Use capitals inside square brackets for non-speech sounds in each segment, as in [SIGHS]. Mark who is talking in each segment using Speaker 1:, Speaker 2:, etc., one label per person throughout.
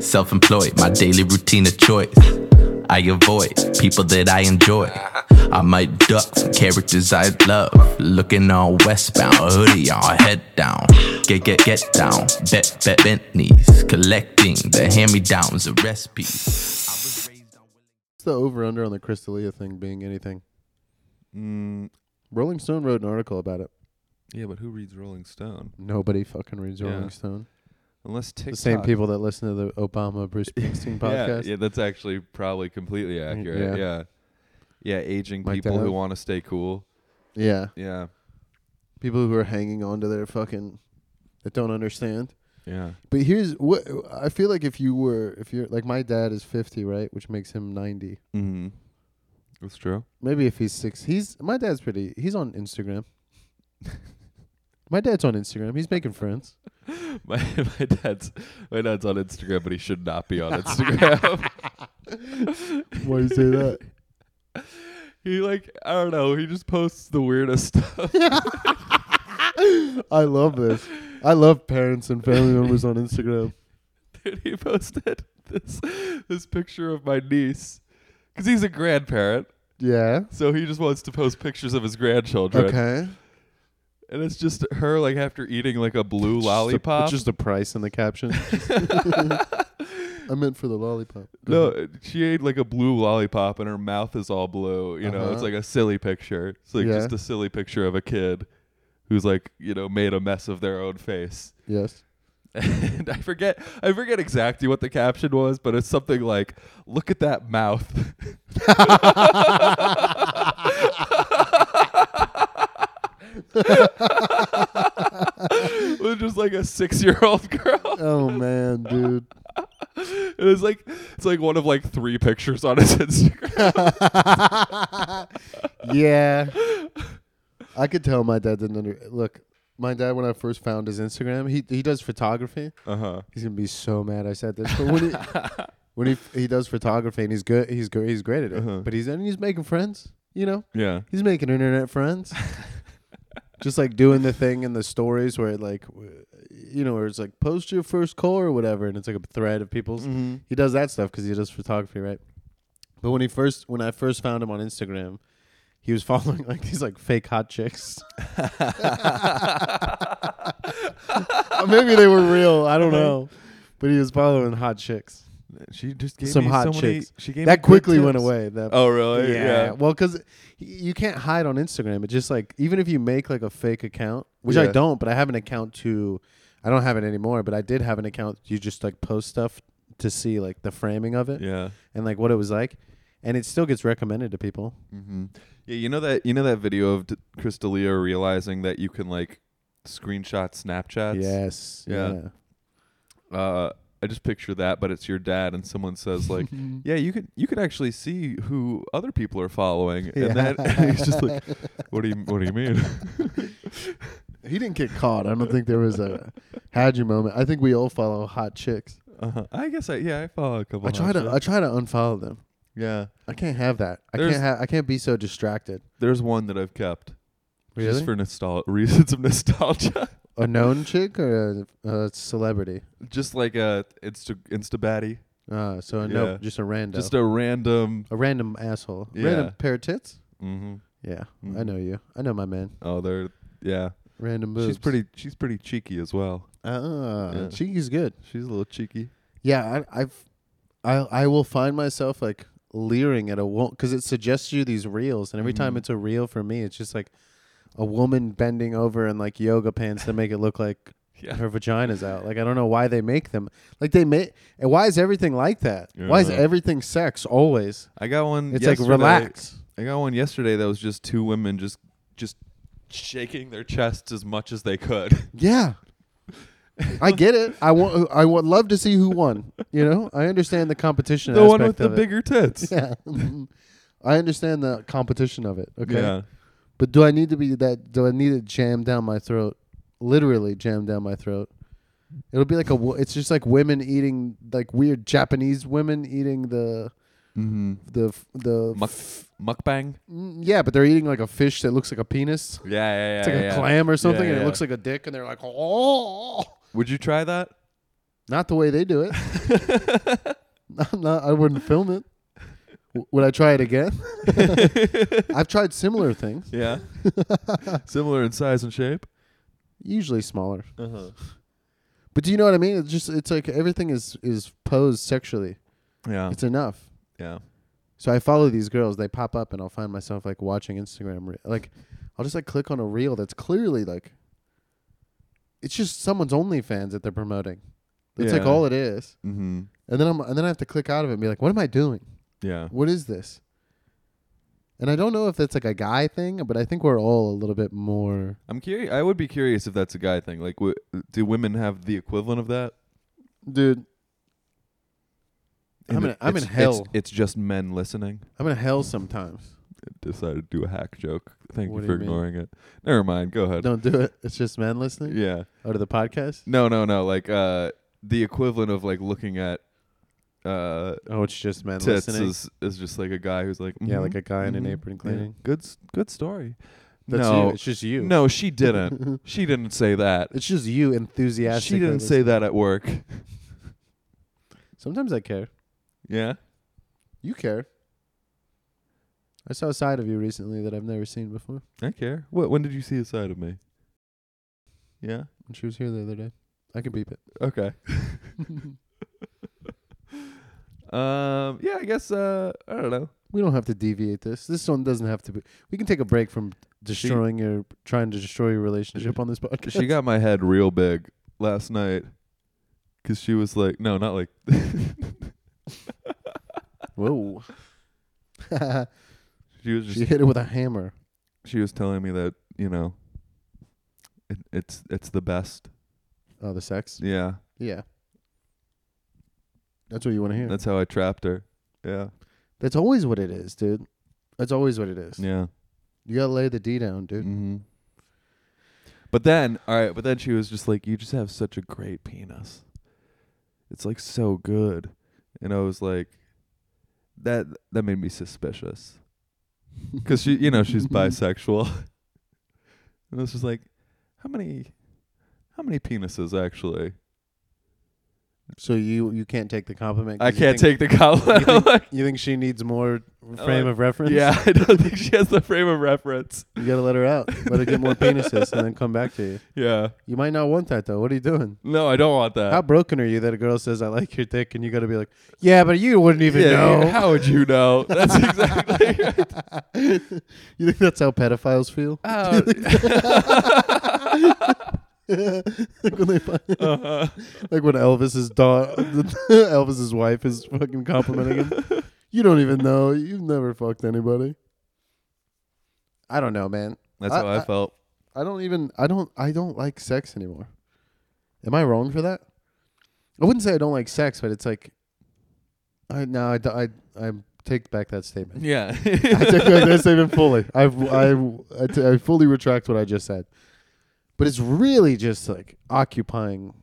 Speaker 1: Self employed, my daily routine of choice. I avoid people that I enjoy. I might duck from characters I love. Looking all westbound, hoodie on, head down. Get, get, get down. Bet, bet, Bentleys. Collecting the hand me downs of recipes. I was raised on-
Speaker 2: What's the over under on the Crystalia thing being anything?
Speaker 3: Mm,
Speaker 2: Rolling Stone wrote an article about it.
Speaker 3: yeah, but who reads Rolling Stone?
Speaker 2: Nobody fucking reads
Speaker 3: Yeah.
Speaker 2: Rolling Stone.
Speaker 3: Unless TikTok.
Speaker 2: The same people that listen to the Obama
Speaker 3: [LAUGHS]
Speaker 2: Bruce Springsteen podcast.
Speaker 3: Yeah, yeah, that's actually probably completely accurate. Yeah. Yeah, aging
Speaker 2: Like
Speaker 3: people
Speaker 2: that.
Speaker 3: who want to stay cool.
Speaker 2: yeah.
Speaker 3: Yeah.
Speaker 2: People who are hanging on to their fucking that don't understand.
Speaker 3: Yeah.
Speaker 2: But here's what I feel like if you were if you're like my dad is 50, right, which makes him 90.
Speaker 3: Mm-hmm. That's true.
Speaker 2: Maybe if he's 6. He's my dad's pretty. He's on Instagram. [LAUGHS] my dad's on Instagram. He's making friends.
Speaker 3: [LAUGHS] My my dad's my dad's on Instagram, but he should not be on Instagram. [LAUGHS]
Speaker 2: Why do you say that?
Speaker 3: he like I don't know. He just posts the weirdest [LAUGHS] stuff.
Speaker 2: [LAUGHS] I love this. I love parents and family members on Instagram.
Speaker 3: Dude, he posted this this picture of my niece because he's a grandparent,
Speaker 2: Yeah.
Speaker 3: so he just wants to post pictures of his grandchildren.
Speaker 2: Okay.
Speaker 3: And it's just her like after eating like a blue lollipop.
Speaker 2: Just the price in the caption. [LAUGHS] I meant for the lollipop. Go ahead.
Speaker 3: [LAUGHS] no, she ate like a blue lollipop and her mouth is all blue. You know, it's
Speaker 2: Uh-huh.
Speaker 3: like a silly picture. It's like
Speaker 2: Yeah.
Speaker 3: just a silly picture of a kid who's like, you know, made a mess of their own face.
Speaker 2: Yes.
Speaker 3: [LAUGHS] And I forget I forget exactly what the caption was, but it's something like, look at that mouth. [LAUGHS] With just like a six year old girl.
Speaker 2: Oh man,
Speaker 3: [LAUGHS]
Speaker 2: dude. [LAUGHS]
Speaker 3: It was like it's like one of like three pictures on his Instagram.
Speaker 2: yeah. I could tell my dad didn't under look. My dad, when I first found his Instagram, he he does photography.
Speaker 3: Uh huh.
Speaker 2: He's gonna be so mad I said this, but when he
Speaker 3: [LAUGHS]
Speaker 2: when he he does photography and he's good, he's good, he's great at it.
Speaker 3: Uh-huh.
Speaker 2: But he's and he's making friends, you know.
Speaker 3: Yeah.
Speaker 2: He's making internet
Speaker 3: [LAUGHS]
Speaker 2: friends. Just like doing the thing in the stories where it like, w- you know, where it's like post your first call or whatever, and it's like a thread of people's.
Speaker 3: Mm-hmm.
Speaker 2: He does that stuff because he does photography, right? But when he first, when I first found him on Instagram, he was [LAUGHS] following like these like fake hot
Speaker 3: [LAUGHS]
Speaker 2: chicks. [LAUGHS] Maybe they were real. I don't know, but he was following hot chicks.
Speaker 3: She just gave
Speaker 2: Some
Speaker 3: me
Speaker 2: hot
Speaker 3: so
Speaker 2: chicks.
Speaker 3: Many, she gave me
Speaker 2: That
Speaker 3: good
Speaker 2: quickly went
Speaker 3: tips.
Speaker 2: away. That
Speaker 3: Oh really?
Speaker 2: yeah. Well, because you can't hide on Instagram. It just like even if you make like a fake account, which I
Speaker 3: Yeah.
Speaker 2: don't, but I have an account to. I don't have it anymore, but I did have an account. You just like post stuff to see like the framing of it
Speaker 3: Yeah.
Speaker 2: and like what it was like, and it still gets recommended to people.
Speaker 3: hmm Yeah. You know that you know that video of D- Crystalia realizing that you can like screenshot Snapchats.
Speaker 2: yes.
Speaker 3: yeah. Uh, I just picture that, but it's your dad, and someone says [LAUGHS]
Speaker 2: [LAUGHS]
Speaker 3: like, "Yeah, you can you can actually see who other people are following,"
Speaker 2: [LAUGHS]
Speaker 3: and
Speaker 2: Yeah.
Speaker 3: that [LAUGHS] he's just like, "What do you What do you mean?"
Speaker 2: [LAUGHS]
Speaker 3: [LAUGHS]
Speaker 2: He didn't get caught. I don't think there was a had you moment. I think we all follow hot chicks.
Speaker 3: uh-huh. I guess I yeah I follow a couple.
Speaker 2: I try
Speaker 3: hot
Speaker 2: to I
Speaker 3: chicks.
Speaker 2: try to unfollow them.
Speaker 3: yeah.
Speaker 2: I can't have that. I
Speaker 3: There's-
Speaker 2: can't ha- I can't be so distracted.
Speaker 3: There's one that I've kept
Speaker 2: Really?
Speaker 3: just for nostal [LAUGHS] reasons of nostalgia. [LAUGHS]
Speaker 2: a known chick or a, a celebrity?
Speaker 3: just like a Insta Insta baddie,
Speaker 2: Uh, so a no,
Speaker 3: Yeah.
Speaker 2: just a random,
Speaker 3: just a random.
Speaker 2: a random asshole,
Speaker 3: Yeah.
Speaker 2: random pair of tits.
Speaker 3: Mm-hmm.
Speaker 2: Yeah, I
Speaker 3: Mhm.
Speaker 2: know you. I know my man.
Speaker 3: Oh, they're yeah.
Speaker 2: Random boobs.
Speaker 3: She's pretty. She's pretty cheeky as well.
Speaker 2: Ah,
Speaker 3: Yeah.
Speaker 2: cheeky's good.
Speaker 3: She's a little cheeky.
Speaker 2: Yeah, I, I've, I, I will find myself like leering at a woman because it suggests you these reels, and every time
Speaker 3: Mhm.
Speaker 2: it's a reel for me, it's just like a woman bending over in like yoga pants to make it look like
Speaker 3: [LAUGHS] Yeah.
Speaker 2: her vagina's out. Like I don't know why they make them. Like they make. And why is everything like that? Why is
Speaker 3: Yeah.
Speaker 2: everything sex always?
Speaker 3: I got one.
Speaker 2: It's like
Speaker 3: yesterday-
Speaker 2: relax.
Speaker 3: I got one yesterday that was just two women just just shaking their chests as much as they
Speaker 2: [LAUGHS]
Speaker 3: could. [LAUGHS]
Speaker 2: Yeah. I get it. I want. I would love to see who won. You know, I understand the competition.
Speaker 3: the one with
Speaker 2: aspect
Speaker 3: the
Speaker 2: of it.
Speaker 3: bigger
Speaker 2: [LAUGHS]
Speaker 3: tits.
Speaker 2: Yeah. I understand the competition of it. Okay.
Speaker 3: Yeah.
Speaker 2: But do I need to be that? Do I need it jammed down my throat? Literally jammed down my throat. It'll be like a. wo- It's just like women eating like weird Japanese women eating the
Speaker 3: Mm-hmm.
Speaker 2: the f- the.
Speaker 3: Muck mukbang.
Speaker 2: Mm, yeah, but they're eating like a fish that looks like a penis.
Speaker 3: Yeah, yeah, yeah.
Speaker 2: It's like
Speaker 3: yeah.
Speaker 2: a clam or something,
Speaker 3: Yeah,
Speaker 2: and
Speaker 3: yeah.
Speaker 2: it looks like a dick, and they're like, oh. [LAUGHS]
Speaker 3: Would you try that? [LAUGHS]
Speaker 2: Not the way they do it. [LAUGHS] not, not, I wouldn't film it. W- would I try it again? [LAUGHS] I've tried similar things, [LAUGHS]
Speaker 3: Yeah. Similar in size and shape.
Speaker 2: usually smaller.
Speaker 3: Uh-huh.
Speaker 2: But do you know what I mean? It's just it's like everything is is posed sexually.
Speaker 3: Yeah.
Speaker 2: It's enough.
Speaker 3: Yeah.
Speaker 2: So I follow these girls. They pop up, and I'll find myself like watching Instagram. Re- like, I'll just like click on a reel that's clearly like. It's just someone's OnlyFans that they're promoting. That's like
Speaker 3: Yeah.
Speaker 2: all it is.
Speaker 3: Mm-hmm.
Speaker 2: And then I'm and then I have to click out of it and be like, what am I doing?
Speaker 3: Yeah.
Speaker 2: What is this? And I don't know if that's like a guy thing, but I think we're all a little bit more.
Speaker 3: I'm curious. I would be curious if that's a guy thing. Like, w- do women have the equivalent of that?
Speaker 2: Dude, I'm
Speaker 3: And
Speaker 2: in-
Speaker 3: it-
Speaker 2: I'm in
Speaker 3: it's-
Speaker 2: hell.
Speaker 3: It's, it's just men listening.
Speaker 2: I'm in hell sometimes.
Speaker 3: Decided to do a hack joke. Thank
Speaker 2: What do
Speaker 3: you for
Speaker 2: you mean?
Speaker 3: ignoring it. Never mind. Go ahead.
Speaker 2: Don't do it. It's just men listening.
Speaker 3: Yeah.
Speaker 2: Out of the podcast.
Speaker 3: No, no, no. Like uh, the equivalent of like looking at uh,
Speaker 2: Oh, it's just men
Speaker 3: tits
Speaker 2: listening. Mm-hmm.
Speaker 3: is, is just like a guy who's like
Speaker 2: yeah, like
Speaker 3: "Mhm,
Speaker 2: a guy in an
Speaker 3: mhm,
Speaker 2: apron
Speaker 3: yeah.
Speaker 2: cleaning.
Speaker 3: Good, s- good story.
Speaker 2: That's
Speaker 3: no,
Speaker 2: you. It's just you.
Speaker 3: no,
Speaker 2: [LAUGHS]
Speaker 3: she didn't. she didn't say that.
Speaker 2: It's just you enthusiastic.
Speaker 3: she didn't say that at work.
Speaker 2: Sometimes I care.
Speaker 3: yeah.
Speaker 2: You care. I saw a side of you recently that I've never seen before.
Speaker 3: I care. What? When did you see a side of me? Yeah.
Speaker 2: When she was here the other day. I can
Speaker 3: [LAUGHS]
Speaker 2: beep it.
Speaker 3: Okay. um. Yeah. I guess. Uh. I don't know.
Speaker 2: We don't have to deviate this. This one doesn't have to be. We can take a break from destroying your, trying to destroy your relationship on this podcast.
Speaker 3: She got my head real big last night, cause she was like, no, not like.
Speaker 2: [LAUGHS] Whoa.
Speaker 3: She was
Speaker 2: she
Speaker 3: just.
Speaker 2: hit it with a hammer.
Speaker 3: She was telling me that you know. It, it's it's the best.
Speaker 2: Oh, the sex?
Speaker 3: Yeah.
Speaker 2: Yeah. That's what you want to hear.
Speaker 3: That's how I trapped her. Yeah.
Speaker 2: That's always what it is, dude. That's always what it is.
Speaker 3: Yeah.
Speaker 2: You gotta lay the D down, dude.
Speaker 3: Mm-hmm. But then, all right, but then she was just like, You just have such a great penis. It's like so good. And I was like, That that made me suspicious. Because she you know,
Speaker 2: [LAUGHS]
Speaker 3: she's [LAUGHS] bisexual. and I was just like, How many how many penises actually?
Speaker 2: So you you can't take the compliment. 'cause
Speaker 3: I
Speaker 2: you
Speaker 3: can't
Speaker 2: think-
Speaker 3: take the [LAUGHS] compliment.
Speaker 2: you
Speaker 3: Like,
Speaker 2: You think she needs more frame
Speaker 3: Uh,
Speaker 2: of reference?
Speaker 3: yeah, I don't think she has the frame of reference.
Speaker 2: [LAUGHS] You gotta let her out. Let her get
Speaker 3: [LAUGHS]
Speaker 2: more penises and then come back to you.
Speaker 3: Yeah.
Speaker 2: You might not want that though. What are you doing?
Speaker 3: No, I don't want that.
Speaker 2: How broken are you that a girl says I like your dick and you gotta be like, yeah, but you wouldn't even
Speaker 3: Yeah,
Speaker 2: know.
Speaker 3: [LAUGHS] How would
Speaker 2: [LAUGHS]
Speaker 3: you know? That's [LAUGHS] exactly
Speaker 2: you think that's how pedophiles feel?
Speaker 3: Oh. [LAUGHS]
Speaker 2: like when they find, [LAUGHS] like when Elvis's daughter, [LAUGHS] Elvis's wife is fucking complimenting him. You don't even know. You've never fucked anybody. I don't know, man.
Speaker 3: That's
Speaker 2: I-
Speaker 3: how I,
Speaker 2: I-
Speaker 3: felt.
Speaker 2: I don't even. I don't. I don't like sex anymore. Am I wrong for that? I wouldn't say I don't like sex, but it's like, I no, I d- I, I take back that statement. [LAUGHS]
Speaker 3: Yeah.
Speaker 2: I take back that statement fully. I've, I, I, t- I fully retract what I just said. But it's really just like occupying
Speaker 3: [LAUGHS]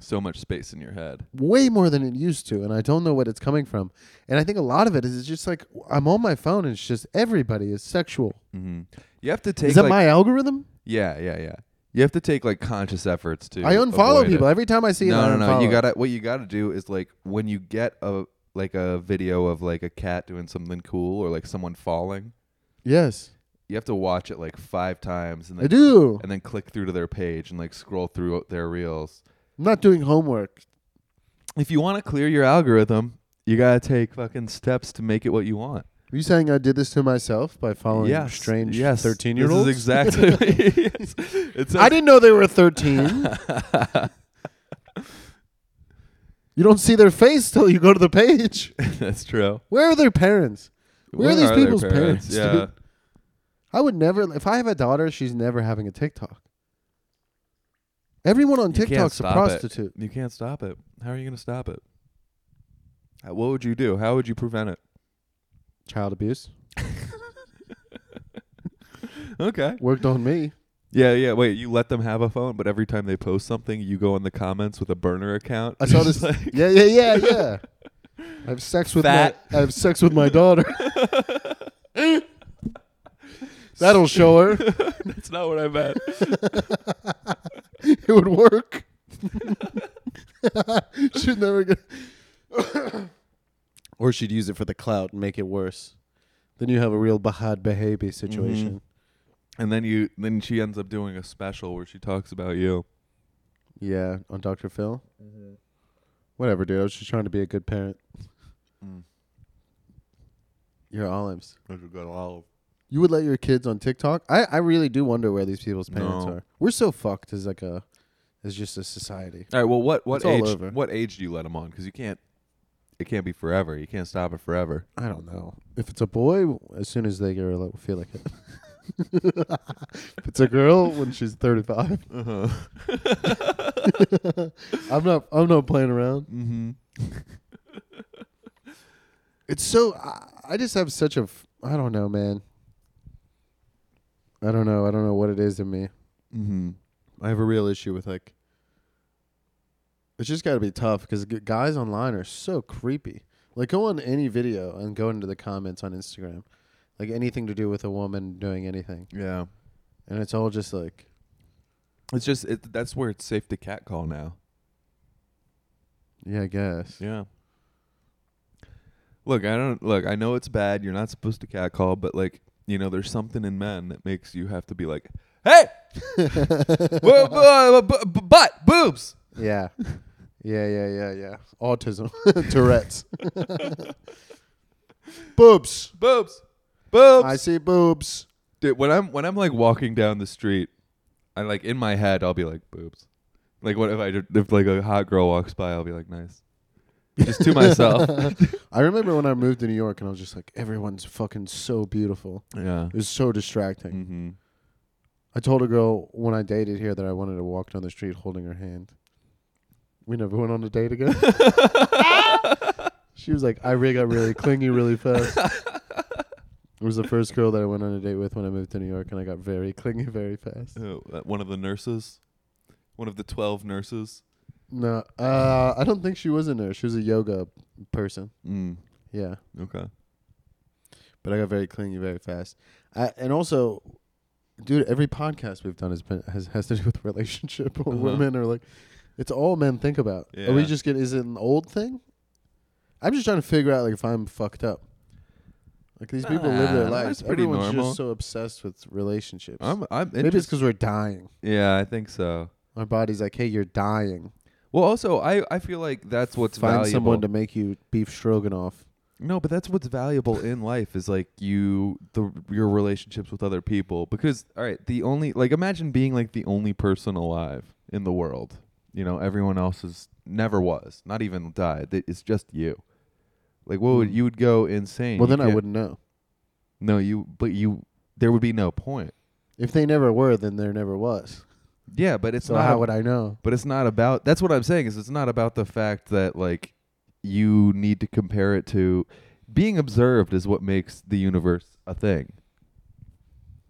Speaker 3: so much space in your head.
Speaker 2: way more than it used to, and I don't know what it's coming from. And I think a lot of it is it's just like I'm on my phone, and it's just everybody is sexual.
Speaker 3: Mm-hmm. You have to take.
Speaker 2: Is that
Speaker 3: like-
Speaker 2: my algorithm?
Speaker 3: Yeah, yeah, yeah. You have to take like conscious efforts to.
Speaker 2: I unfollow
Speaker 3: avoid
Speaker 2: people
Speaker 3: It.
Speaker 2: every time I see it. I
Speaker 3: No, no, no. You
Speaker 2: unfollow.
Speaker 3: gotta. What you gotta do is like when you get a like a video of like a cat doing something cool or like someone falling.
Speaker 2: Yes,
Speaker 3: You have to watch it like five times and
Speaker 2: I
Speaker 3: then
Speaker 2: do.
Speaker 3: and then click through to their page and like scroll through their reels.
Speaker 2: I'm not doing homework.
Speaker 3: If you want to clear your algorithm, you gotta take fucking steps to make it what you want.
Speaker 2: Are you saying I did this to myself by following
Speaker 3: yes,
Speaker 2: strange
Speaker 3: yes.
Speaker 2: thirteen-year-olds?
Speaker 3: This is exactly. [LAUGHS] yes.
Speaker 2: [LAUGHS]
Speaker 3: It's
Speaker 2: I didn't know they were
Speaker 3: [LAUGHS]
Speaker 2: thirteen. you don't see their face till you go to the page.
Speaker 3: That's true.
Speaker 2: Where are their parents? Where are these
Speaker 3: their
Speaker 2: people's parents,
Speaker 3: Yeah.
Speaker 2: dude? I would never. If I have a daughter, she's never having a TikTok. Everyone on
Speaker 3: You can't
Speaker 2: TikTok's a
Speaker 3: stop it.
Speaker 2: prostitute.
Speaker 3: You can't stop it. How are you going to stop it? Uh, What would you do? How would you prevent it?
Speaker 2: Child abuse
Speaker 3: Okay.
Speaker 2: worked on me.
Speaker 3: Yeah, yeah. Wait, you let them have a phone, but every time they post something, you go in the comments with a burner account.
Speaker 2: I [LAUGHS]
Speaker 3: [LAUGHS]
Speaker 2: saw
Speaker 3: Just
Speaker 2: this.
Speaker 3: like-
Speaker 2: yeah, yeah, yeah, yeah. I have sex with
Speaker 3: Fat.
Speaker 2: my. I have sex with my [LAUGHS] daughter. That'll show her. [LAUGHS]
Speaker 3: That's not what I meant.
Speaker 2: It would work. [LAUGHS] she'd never get. or she'd use it for the clout and make it worse. Mm-hmm. Then you have a real Bahad Behabi situation.
Speaker 3: And then you then she ends up doing a special where she talks about you.
Speaker 2: Yeah, on Dr. Phil.
Speaker 3: Mm-hmm.
Speaker 2: Whatever, dude. I was just trying to be a good parent.
Speaker 3: Mm.
Speaker 2: Your olives.
Speaker 3: That's a good olive.
Speaker 2: You would let your kids on TikTok? I, I really do wonder where these people's parents
Speaker 3: No.
Speaker 2: are. We're so fucked as like a as just a society.
Speaker 3: All right. Well, what what
Speaker 2: It's all
Speaker 3: age
Speaker 2: over.
Speaker 3: what age do you let them on? Because you can't. It can't be forever. You can't stop it forever.
Speaker 2: I don't know. If it's a boy, as soon as they grow up, feel like it. [LAUGHS] if it's a girl, when she's thirty-five,
Speaker 3: Uh-huh. [LAUGHS]
Speaker 2: [LAUGHS] I'm not. I'm not playing around.
Speaker 3: Mm-hmm.
Speaker 2: It's so. I, I just have such a. f- I don't know, man. I don't know. I don't know what it is in me.
Speaker 3: Mm-hmm.
Speaker 2: I have a real issue with like. It's just got to be tough because guys online are so creepy. Like, go on any video and go into the comments on Instagram, like anything to do with a woman doing anything,
Speaker 3: Yeah.
Speaker 2: and it's all just like,
Speaker 3: It's just it, that's where it's safe to catcall now.
Speaker 2: yeah, I guess.
Speaker 3: Yeah. Look, I don't look. I know it's bad. You're not supposed to catcall, but like you know, there's something in men that makes you have to be like, "Hey, bu- bu- bu- bu- butt boobs."
Speaker 2: Yeah. Yeah, yeah, yeah, yeah. Autism. [LAUGHS] Tourette's. boobs.
Speaker 3: boobs, boobs.
Speaker 2: I see boobs.
Speaker 3: Dude, when I'm when I'm like walking down the street, I like in my head I'll be like boobs. Like what if I did- if like a hot girl walks by, I'll be like nice. Just to myself.
Speaker 2: I remember when I moved to New York and I was just like, everyone's fucking so beautiful.
Speaker 3: yeah.
Speaker 2: It was so distracting.
Speaker 3: Mm-hmm.
Speaker 2: I told a girl when I dated here that I wanted to walk down the street holding her hand. We never went on a date again. she was like, I really got really clingy really fast. It was the first girl that I went on a date with when I moved to New York and I got very clingy very fast.
Speaker 3: Oh, uh, one of the nurses, one of the twelve nurses.
Speaker 2: No, uh, I don't think she was a nurse. She was a yoga person.
Speaker 3: Mm.
Speaker 2: Yeah,
Speaker 3: Okay.
Speaker 2: but I got very clingy very fast. I, and also, dude, every podcast we've done has been has, has to do with [LAUGHS] relationship or
Speaker 3: Uh-huh.
Speaker 2: women or like, it's all men think about. Are we
Speaker 3: Yeah.
Speaker 2: just get? Is it an old thing? I'm just trying to figure out like if I'm fucked up. Like these people live their
Speaker 3: Nah,
Speaker 2: lives.
Speaker 3: that's pretty
Speaker 2: Everyone's
Speaker 3: normal.
Speaker 2: just so obsessed with relationships.
Speaker 3: I'm. I'm.
Speaker 2: Maybe it's
Speaker 3: interest-
Speaker 2: because we're dying.
Speaker 3: yeah, I think so.
Speaker 2: Our body's like, hey, you're dying.
Speaker 3: Well, also, I I feel like that's what's
Speaker 2: Find
Speaker 3: valuable.
Speaker 2: someone to make you beef stroganoff.
Speaker 3: No, but that's what's valuable in life is like you the your relationships with other people because all right, the only like imagine being like the only person alive in the world. You know, everyone else is never was, not even died. Th- It's just you. Like what would you would go insane.
Speaker 2: Hmm. Well,
Speaker 3: You
Speaker 2: then I
Speaker 3: can't-
Speaker 2: wouldn't know.
Speaker 3: No, you but you there would be no point.
Speaker 2: If they never were, then there never was.
Speaker 3: Yeah, but it's
Speaker 2: So
Speaker 3: not
Speaker 2: how
Speaker 3: a-
Speaker 2: would I know?
Speaker 3: But it's not about that's what I'm saying is it's not about the fact that like you need to compare it to being observed is what makes the universe a thing.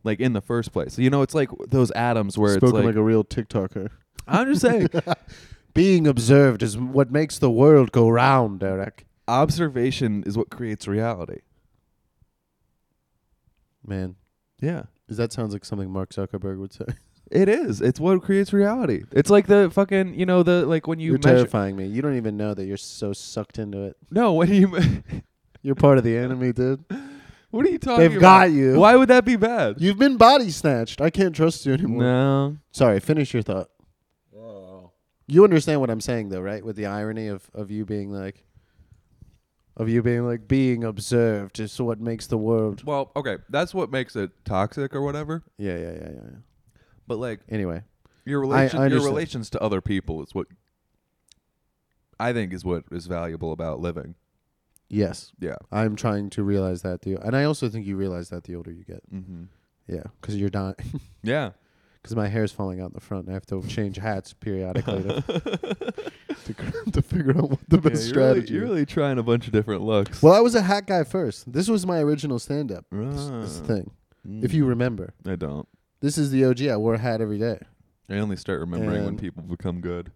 Speaker 3: Like in the first place. You know, it's like those atoms where
Speaker 2: Spoken
Speaker 3: it's
Speaker 2: like,
Speaker 3: like,
Speaker 2: a real
Speaker 3: [LAUGHS]
Speaker 2: TikToker.
Speaker 3: I'm just
Speaker 2: [LAUGHS]
Speaker 3: saying
Speaker 2: Being observed is what makes the world go round, Derek.
Speaker 3: observation is what creates reality.
Speaker 2: Man,
Speaker 3: Yeah.
Speaker 2: is that sounds like something Mark Zuckerberg would say.
Speaker 3: It is. It's what creates reality. It's like the fucking, you know, the like when you
Speaker 2: You are
Speaker 3: measure
Speaker 2: terrifying me. You don't even know that you're so sucked into it.
Speaker 3: No, when you me- [LAUGHS]
Speaker 2: You're part of the enemy, dude.
Speaker 3: What are you talking
Speaker 2: They've
Speaker 3: about?
Speaker 2: got you.
Speaker 3: Why would that be bad?
Speaker 2: You've been body snatched. I can't trust you anymore.
Speaker 3: no.
Speaker 2: Sorry, finish your thought. You understand what I'm saying though, right? With the irony of, of you being like of you being like being observed is what makes the world
Speaker 3: Well, okay, that's what makes it toxic or whatever.
Speaker 2: Yeah, yeah, yeah, yeah. yeah.
Speaker 3: But like
Speaker 2: Anyway.
Speaker 3: Your
Speaker 2: I
Speaker 3: relation, your
Speaker 2: understand.
Speaker 3: relations to other people is what I think is what is valuable about living.
Speaker 2: Yes.
Speaker 3: Yeah.
Speaker 2: I'm trying to realize that the and I also think you realize that the older you get.
Speaker 3: Mm-hmm.
Speaker 2: Yeah, because you're dying.
Speaker 3: Yeah.
Speaker 2: Because my hair's falling out in the front. and I have to change hats periodically
Speaker 3: [LAUGHS]
Speaker 2: to to, cr- to [LAUGHS] figure out what the
Speaker 3: Yeah,
Speaker 2: best
Speaker 3: you're, really,
Speaker 2: strategy.
Speaker 3: you're
Speaker 2: is.
Speaker 3: really trying a bunch of different looks.
Speaker 2: well, I was a hat guy first. This was my original stand-up s- s-
Speaker 3: Ah.
Speaker 2: thing.
Speaker 3: Mm.
Speaker 2: If you remember,
Speaker 3: I don't.
Speaker 2: this is the OG. I wore a hat every day.
Speaker 3: I only start remembering when
Speaker 2: And-
Speaker 3: people become good.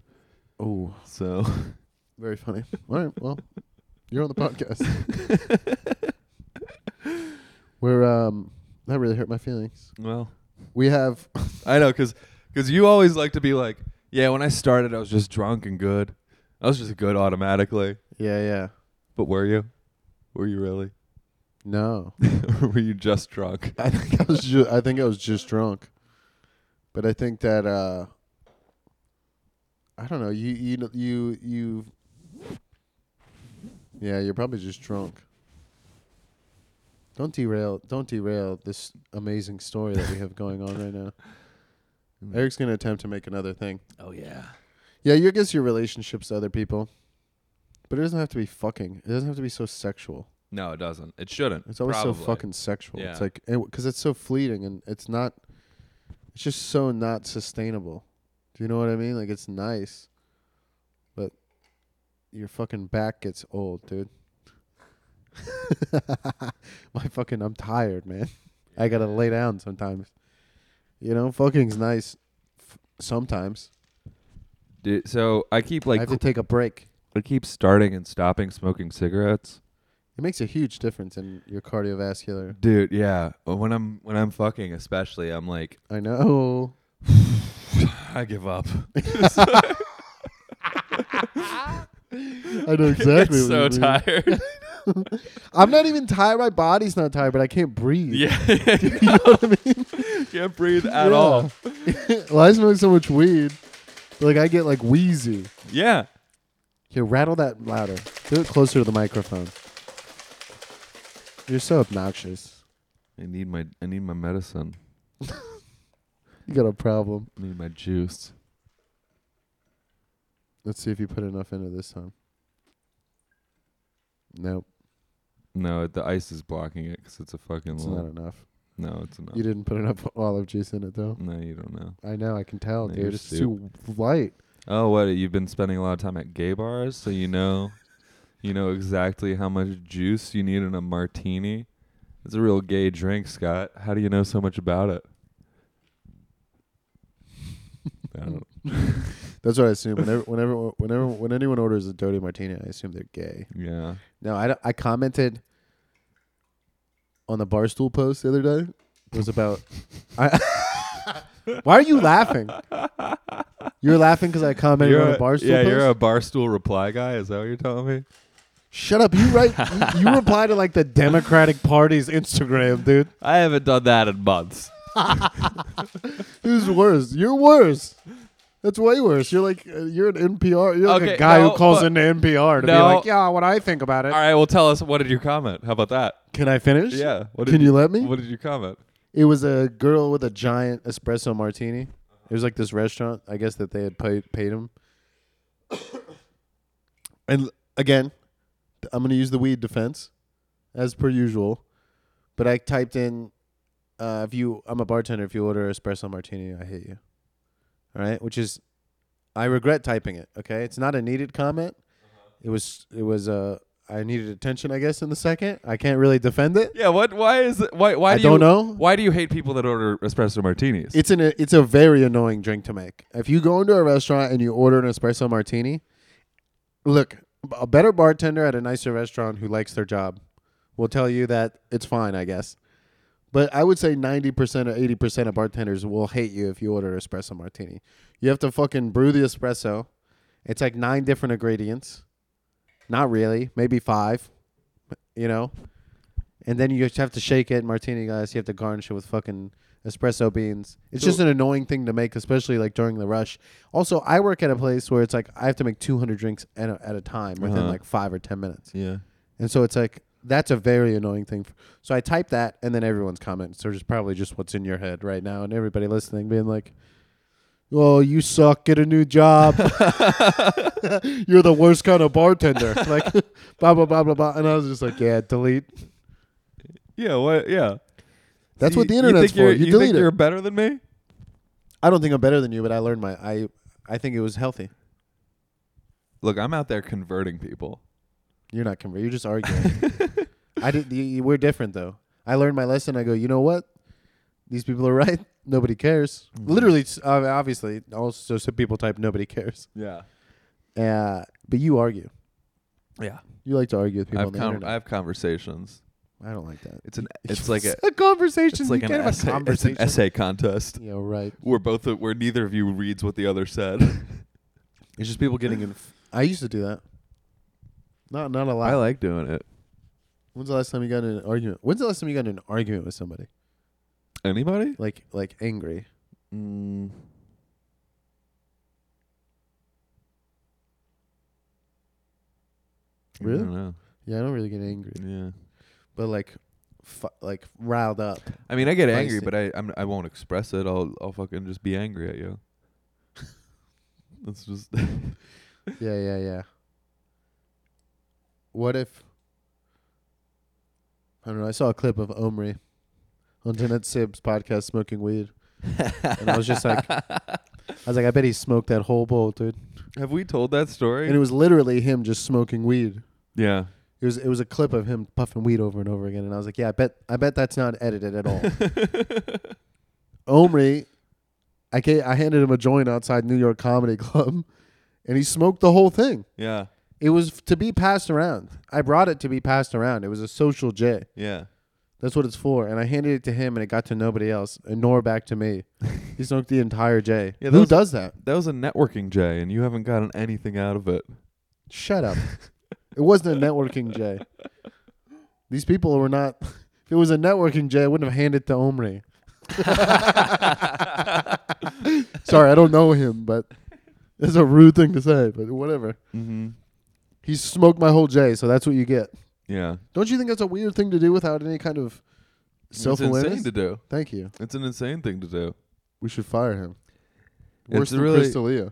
Speaker 2: Oh,
Speaker 3: So [LAUGHS]
Speaker 2: very funny. All right, well, you're on the
Speaker 3: [LAUGHS]
Speaker 2: podcast. We're um, that really hurt my feelings.
Speaker 3: well,
Speaker 2: We have
Speaker 3: I know because you always like to be like, yeah. When I started, I was just drunk and good. I was just good automatically.
Speaker 2: [LAUGHS] Yeah, yeah.
Speaker 3: But were you? Were you really? [LAUGHS]
Speaker 2: No,
Speaker 3: or were you just drunk?
Speaker 2: I think I was. Ju- I think I was just drunk. But I think that uh, I don't know. You you know- you you. Yeah, you're probably just drunk. Don't derail. Don't derail this amazing story that we have going on right now. Eric's gonna attempt to make another thing.
Speaker 3: Oh yeah.
Speaker 2: Yeah, you guess your relationships to other people. But it doesn't have to be fucking. It doesn't have to be so sexual.
Speaker 3: No, it doesn't. It shouldn't.
Speaker 2: It's always so
Speaker 3: probably.
Speaker 2: fucking sexual. It's
Speaker 3: Yeah.
Speaker 2: like because it's so fleeting and it's not. It's just so not sustainable. Do you know what I mean? Like it's nice, but your fucking back gets old, dude. [LAUGHS] My fucking, I'm tired, man. I gotta lay down sometimes. You know, fucking's nice f- sometimes.
Speaker 3: Dude, so I keep like
Speaker 2: I have to take a break.
Speaker 3: I keep starting and stopping smoking cigarettes.
Speaker 2: It makes a huge difference in your cardiovascular.
Speaker 3: Dude, yeah. When I'm when I'm fucking especially, I'm like [SIGHS]
Speaker 2: I
Speaker 3: [LAUGHS]
Speaker 2: know.
Speaker 3: I
Speaker 2: [LAUGHS]
Speaker 3: give up. [LAUGHS]
Speaker 2: I know exactly. what
Speaker 3: I'm so
Speaker 2: you mean. [LAUGHS]
Speaker 3: tired.
Speaker 2: I'm not even tired. My body's not tired, but I can't breathe. [LAUGHS]
Speaker 3: yeah. you know [LAUGHS] what I mean? Can't breathe at
Speaker 2: Yeah.
Speaker 3: all.
Speaker 2: well, I smoke so much weed, like I get like wheezy.
Speaker 3: Yeah.
Speaker 2: Here, rattle that louder. Do it closer to the microphone. You're so obnoxious.
Speaker 3: I need my I need my medicine.
Speaker 2: You got a problem.
Speaker 3: I need my juice.
Speaker 2: Let's see if you put enough into this time. Nope,
Speaker 3: No, the ice is blocking it because it's a fucking.
Speaker 2: it's
Speaker 3: little-
Speaker 2: not enough.
Speaker 3: no, it's not.
Speaker 2: You didn't put enough olive juice in it though.
Speaker 3: no, you don't know.
Speaker 2: I know, I can tell,
Speaker 3: No, you're
Speaker 2: dude. It's too light.
Speaker 3: Oh, what? You've been spending a lot of time at gay bars, so you know, you know exactly how much juice you need in a martini. It's a real gay drink, Scott. How do you know so much about it? I don't.
Speaker 2: That's what I assume. Whenever, whenever, whenever, when anyone orders a dirty martini, I assume they're gay.
Speaker 3: Yeah.
Speaker 2: No, I, don't- I commented on the barstool post the other day. It was about. I, [LAUGHS] why are you laughing? You're laughing because I commented on
Speaker 3: You're
Speaker 2: a
Speaker 3: a,
Speaker 2: barstool
Speaker 3: yeah,
Speaker 2: post.
Speaker 3: you're a barstool reply guy. Is that what you're telling me?
Speaker 2: Shut up! You write. You, you
Speaker 3: [LAUGHS]
Speaker 2: reply to like the Democratic Party's Instagram, dude.
Speaker 3: I haven't done that in months.
Speaker 2: Who's worse? You're worse. That's way worse. You're like uh, you're an NPR. You're like
Speaker 3: Okay,
Speaker 2: a guy
Speaker 3: no,
Speaker 2: who calls
Speaker 3: but-
Speaker 2: into NPR to be
Speaker 3: No.
Speaker 2: like, yeah, what I think about it.
Speaker 3: All right. Well, tell us what did you comment? How about that?
Speaker 2: Can I finish?
Speaker 3: Yeah. What did
Speaker 2: Can you let me?
Speaker 3: What did you comment?
Speaker 2: It was a girl with a giant espresso martini. It was like this restaurant, I guess, that they had paid paid him. [COUGHS] and l- again, th- I'm gonna use the weed defense, as per usual. But I typed in, uh, "If you, I'm a bartender. If you order espresso martini, I hate you." All right, which is, I regret typing it. Okay, it's not a needed comment. It was, it was Uh, I needed attention, I guess, in the second. I can't really defend it.
Speaker 3: Yeah. What? Why is it? Why? Why
Speaker 2: I
Speaker 3: do
Speaker 2: don't
Speaker 3: you,
Speaker 2: know.
Speaker 3: Why do you hate people that order espresso martinis?
Speaker 2: It's an it's a very annoying drink to make. If you go into a restaurant and you order an espresso martini, look, a better bartender at a nicer restaurant who likes their job will tell you that it's fine, I guess. But I would say 90% or 80% of bartenders will hate you if you order an espresso martini. You have to fucking brew the espresso. It's like nine different ingredients. Not really, maybe five, you know? And then you just have to shake it, martini glass. You have to garnish it with fucking espresso beans. It's
Speaker 3: So-
Speaker 2: just an annoying thing to make, especially like during the rush. Also, I work at a place where it's like I have to make 200 drinks at a, at a time within
Speaker 3: Uh-huh.
Speaker 2: like five or 10 minutes.
Speaker 3: yeah.
Speaker 2: And so it's like that's a very annoying thing. So I type that, and then everyone's comments are just probably just what's in your head right now, and everybody listening being like, "Oh, you suck! Get a new job. [LAUGHS] You're the worst kind of bartender." [LAUGHS] Like, blah blah blah blah blah. And I was just like, "Yeah, delete."
Speaker 3: Yeah, what? Yeah.
Speaker 2: That's
Speaker 3: So
Speaker 2: what the
Speaker 3: you-
Speaker 2: internet's
Speaker 3: you think you're-
Speaker 2: for. You,
Speaker 3: you
Speaker 2: delete
Speaker 3: think
Speaker 2: it.
Speaker 3: you're better than me?
Speaker 2: I don't think I'm better than you, but I learned my. I I think it was healthy.
Speaker 3: Look, I'm out there converting people.
Speaker 2: You're not convinced. You're just [LAUGHS] arguing. I did. You, you- we're different though. I learned my lesson. I go. You know what? These people are [LAUGHS] right. Nobody cares. Literally, s- uh, obviously. Also, some people type nobody cares.
Speaker 3: Yeah.
Speaker 2: Uh, but you argue.
Speaker 3: Yeah.
Speaker 2: You like to argue with people
Speaker 3: I have,
Speaker 2: on the
Speaker 3: con- I
Speaker 2: internet.
Speaker 3: have conversations.
Speaker 2: I don't like [LAUGHS] that.
Speaker 3: It's an it's like a
Speaker 2: conversation.
Speaker 3: it's like
Speaker 2: you can't
Speaker 3: an
Speaker 2: have a
Speaker 3: essay, it's
Speaker 2: conversation.
Speaker 3: an essay contest
Speaker 2: Yeah, right.
Speaker 3: where both of, where neither of you reads what the other said.
Speaker 2: It's just [LAUGHS] people getting in. F- I used to do that. Not not a lot.
Speaker 3: I like doing it.
Speaker 2: When's the last time you got in an argument? When's the last time you got in an argument with somebody?
Speaker 3: Anybody?
Speaker 2: Like like angry.
Speaker 3: Mm.
Speaker 2: Really?
Speaker 3: I don't know.
Speaker 2: Yeah, I don't really get angry,
Speaker 3: Yeah.
Speaker 2: but like, fu- like riled up.
Speaker 3: I mean, I get angry,
Speaker 2: Feisty.
Speaker 3: but I I'm, I won't express it. I'll I'll fucking just be angry at you. That's just
Speaker 2: Yeah, yeah, yeah. What if? I don't know. I saw a clip of Omri on Jeanette Sib's podcast smoking weed, [LAUGHS] and I was just like, I was like, I bet he smoked that whole bowl, dude.
Speaker 3: Have we told that story?
Speaker 2: And it was literally him just smoking weed.
Speaker 3: yeah.
Speaker 2: It was it was a clip of him puffing weed over and over again, and I was like, yeah, I bet I bet that's not edited at [LAUGHS] all. Omri, I ca I handed him a joint outside New York Comedy Club, and he smoked the whole thing.
Speaker 3: [LAUGHS] Yeah.
Speaker 2: It was f- to be passed around. I brought it to be passed around. It was a social J.
Speaker 3: Yeah.
Speaker 2: That's what it's for. And I handed it to him, and it got to nobody else, and nor back to me. he smoked the entire J.
Speaker 3: Yeah,
Speaker 2: Who
Speaker 3: those-
Speaker 2: does that?
Speaker 3: That was a networking Jay, and you haven't gotten anything out of it.
Speaker 2: Shut up. it wasn't a networking J. These people were not. If it was a networking J, I wouldn't have handed it to Omri. Sorry, I don't know him, but it's a rude thing to say. But whatever.
Speaker 3: Mm-hmm.
Speaker 2: He smoked my whole J, so that's what you get.
Speaker 3: Yeah.
Speaker 2: Don't you think that's a weird thing to do without any kind of self
Speaker 3: It's insane
Speaker 2: awareness?
Speaker 3: to do.
Speaker 2: Thank you.
Speaker 3: It's an insane thing to do.
Speaker 2: We should fire him.
Speaker 3: It's
Speaker 2: Worse than
Speaker 3: really-
Speaker 2: Chris D'Elia.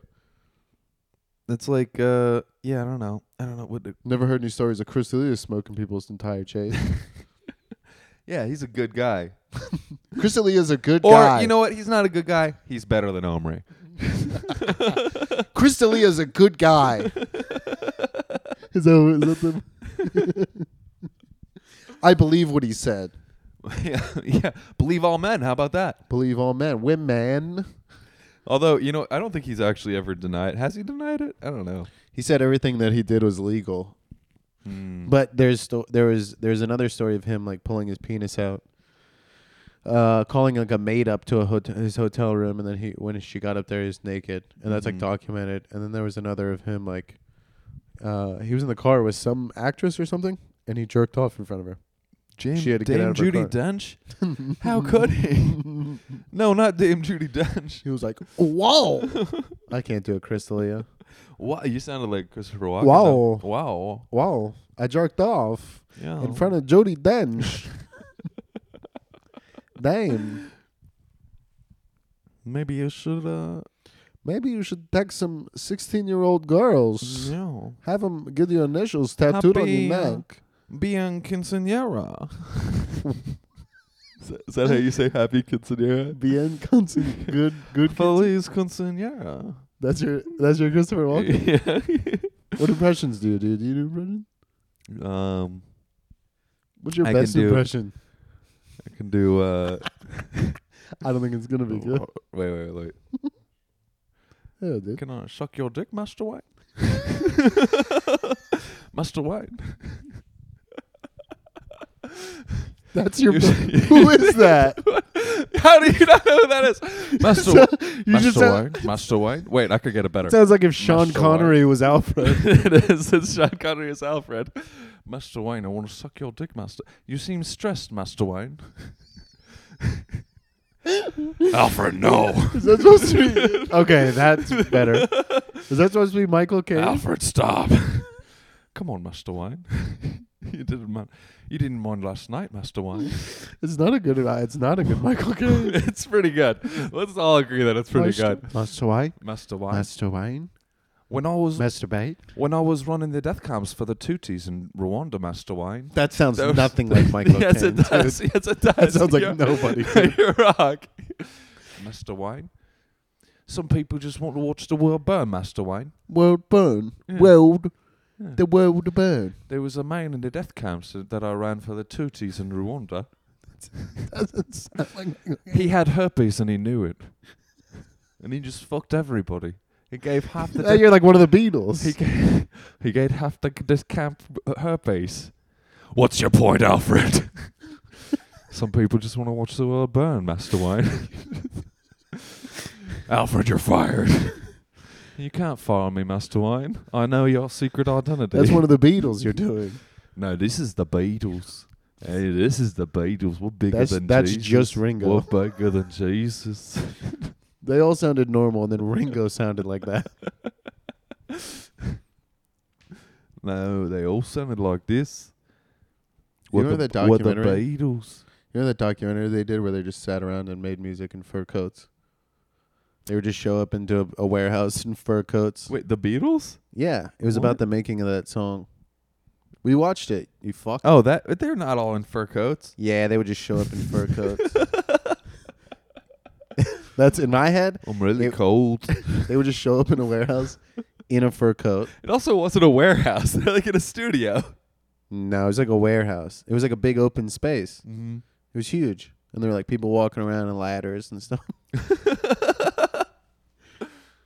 Speaker 3: It's like, uh, yeah, I don't know. I don't know what. To,
Speaker 2: Never heard any stories of Chris D'Elia smoking people's entire [LAUGHS] chase.
Speaker 3: yeah, he's a good guy.
Speaker 2: Chris D'Elia is a good
Speaker 3: Or
Speaker 2: guy.
Speaker 3: you know what? He's not a good guy. He's better than Omri. [LAUGHS]
Speaker 2: Chris D'Elia is a good guy. [LAUGHS] is that, what- is that the- [LAUGHS] I believe what he said.
Speaker 3: yeah, yeah. Believe all men. How about that?
Speaker 2: Believe all men, women.
Speaker 3: Although you know, I don't think he's actually ever denied. Has he denied it? I don't know.
Speaker 2: He said everything that he did was legal.
Speaker 3: Hmm.
Speaker 2: But there's sto- there was there's another story of him like pulling his penis out, uh, calling like a maid up to a hot- his hotel room, and then he when she got up there he's naked, and that's like
Speaker 3: Mhm.
Speaker 2: documented. And then there was another of him like, uh, he was in the car with some actress or something, and he jerked off in front [LAUGHS] of her.
Speaker 3: James,
Speaker 2: She had to get
Speaker 3: Dame
Speaker 2: out of her
Speaker 3: Judy
Speaker 2: car.
Speaker 3: Dench. How could he? no, not Dame Judy Dench.
Speaker 2: [LAUGHS] He was like, "Whoa, I can't do it, Crystalia.
Speaker 3: [LAUGHS] Wow, you sounded like Christopher Walken.
Speaker 2: Wow.
Speaker 3: though. Wow.
Speaker 2: Wow, I jerked off
Speaker 3: Yeah.
Speaker 2: in front of Jody [LAUGHS] Dench. Damn,
Speaker 3: Maybe you should. Uh,
Speaker 2: maybe you should text some sixteen-year-old girls."
Speaker 3: no.
Speaker 2: Have them get your initials tattooed
Speaker 3: Happy,
Speaker 2: on
Speaker 3: uh,
Speaker 2: your neck.
Speaker 3: Bien quinceañera. [LAUGHS] is, that- is that how you say happy quinceañera?
Speaker 2: Bien
Speaker 3: [LAUGHS]
Speaker 2: constant. Good, good. kids.
Speaker 3: Feliz quinceañera.
Speaker 2: That's your that's your Christopher Walken.
Speaker 3: [LAUGHS] Yeah.
Speaker 2: what impressions do you do? Do you do impressions?
Speaker 3: [LAUGHS] um,
Speaker 2: What's your
Speaker 3: I can
Speaker 2: best
Speaker 3: do-
Speaker 2: impression?
Speaker 3: I can do. Uh,
Speaker 2: I don't think it's gonna be good.
Speaker 3: [LAUGHS] wait, wait, wait.
Speaker 2: Yeah, dude.
Speaker 3: Can I suck your dick, Master [LAUGHS] White? Master White.
Speaker 2: That's your.
Speaker 3: You're
Speaker 2: Be-
Speaker 3: saying-
Speaker 2: who
Speaker 3: [LAUGHS]
Speaker 2: is that?
Speaker 3: How do you not know who
Speaker 2: [LAUGHS]
Speaker 3: that is? Master White.
Speaker 2: You just sound,
Speaker 3: Master White. Wait, I could get it better.
Speaker 2: sounds like if Sean
Speaker 3: Master
Speaker 2: Connery was Alfred.
Speaker 3: [LAUGHS] it is. It's Sean Connery as Alfred. Master Wayne, I want to suck your dick, Master. You seem stressed, Master Wayne. [LAUGHS] Alfred, no.
Speaker 2: Is that supposed to be?
Speaker 3: [LAUGHS]
Speaker 2: Okay, that's better. Is that supposed to be Michael Caine?
Speaker 3: Alfred, stop. [LAUGHS] Come on, Master Wayne. [LAUGHS] you didn't mind. You didn't mind last night, Master Wayne.
Speaker 2: It's not a good. uh, It's not a good Michael Caine.
Speaker 3: [LAUGHS] it's pretty good. Let's all agree that it's pretty
Speaker 2: Master-
Speaker 3: good.
Speaker 2: Master Wayne.
Speaker 3: Master Wayne.
Speaker 2: Master Wayne.
Speaker 3: when I was
Speaker 2: Masturbate.
Speaker 3: when I was running the death camps for the Tutsis in Rwanda, Master Wayne.
Speaker 2: That sounds
Speaker 3: That was- [LAUGHS]
Speaker 2: nothing like Michael
Speaker 3: yes,
Speaker 2: Caine.
Speaker 3: it does. Yes, it does.
Speaker 2: That sounds like
Speaker 3: You're- [LAUGHS]
Speaker 2: nobody.
Speaker 3: You're rock. Master Wayne. Some people just want to watch the world burn, Master Wayne.
Speaker 2: World burn.
Speaker 3: Yeah.
Speaker 2: World.
Speaker 3: Yeah.
Speaker 2: The world burn.
Speaker 3: There was a man in the death camps that that I ran for the Tutsis in Rwanda.
Speaker 2: Doesn't sound like
Speaker 3: He had herpes and he knew it. And he just fucked everybody. He gave half
Speaker 2: [LAUGHS]
Speaker 3: the
Speaker 2: Uh, you're like one of the Beatles.
Speaker 3: He gave, he gave half the this camp uh, herpes. What's your point, Alfred? [LAUGHS] Some people just want to watch the world [LAUGHS] burn, Master Wayne. Alfred, you're fired. [LAUGHS] You can't fire me, Master Wayne. I know your secret identity.
Speaker 2: That's one of the Beatles you're doing.
Speaker 3: No, this is the Beatles. Hey, this is the Beatles. We're bigger
Speaker 2: That's-
Speaker 3: than
Speaker 2: that's
Speaker 3: Jesus.
Speaker 2: just Ringo.
Speaker 3: We're bigger than Jesus.
Speaker 2: They all sounded normal, and then Ringo sounded like that. [LAUGHS]
Speaker 3: no, they all sounded like this.
Speaker 2: You
Speaker 3: We're
Speaker 2: remember
Speaker 3: the,
Speaker 2: that documentary?
Speaker 3: We're the Beatles.
Speaker 2: You know that documentary they did where they just sat around and made music in fur coats? They would just show up into a, a warehouse in fur coats.
Speaker 3: Wait, the Beatles?
Speaker 2: Yeah, it was
Speaker 3: What?
Speaker 2: about the making of that song. We watched it. You fuck.
Speaker 3: Oh, that they're not all in fur coats.
Speaker 2: Yeah, they would just show up in fur coats. [LAUGHS] That's in my head.
Speaker 3: I'm really
Speaker 2: It-
Speaker 3: [LAUGHS] cold.
Speaker 2: They would just show up in a warehouse in a fur coat.
Speaker 3: It also wasn't a warehouse. [LAUGHS] They're like in a studio.
Speaker 2: No, it was like a warehouse. It was like a big open space.
Speaker 3: Mm-hmm.
Speaker 2: It was huge. And there were like people walking around on ladders and stuff. [LAUGHS] it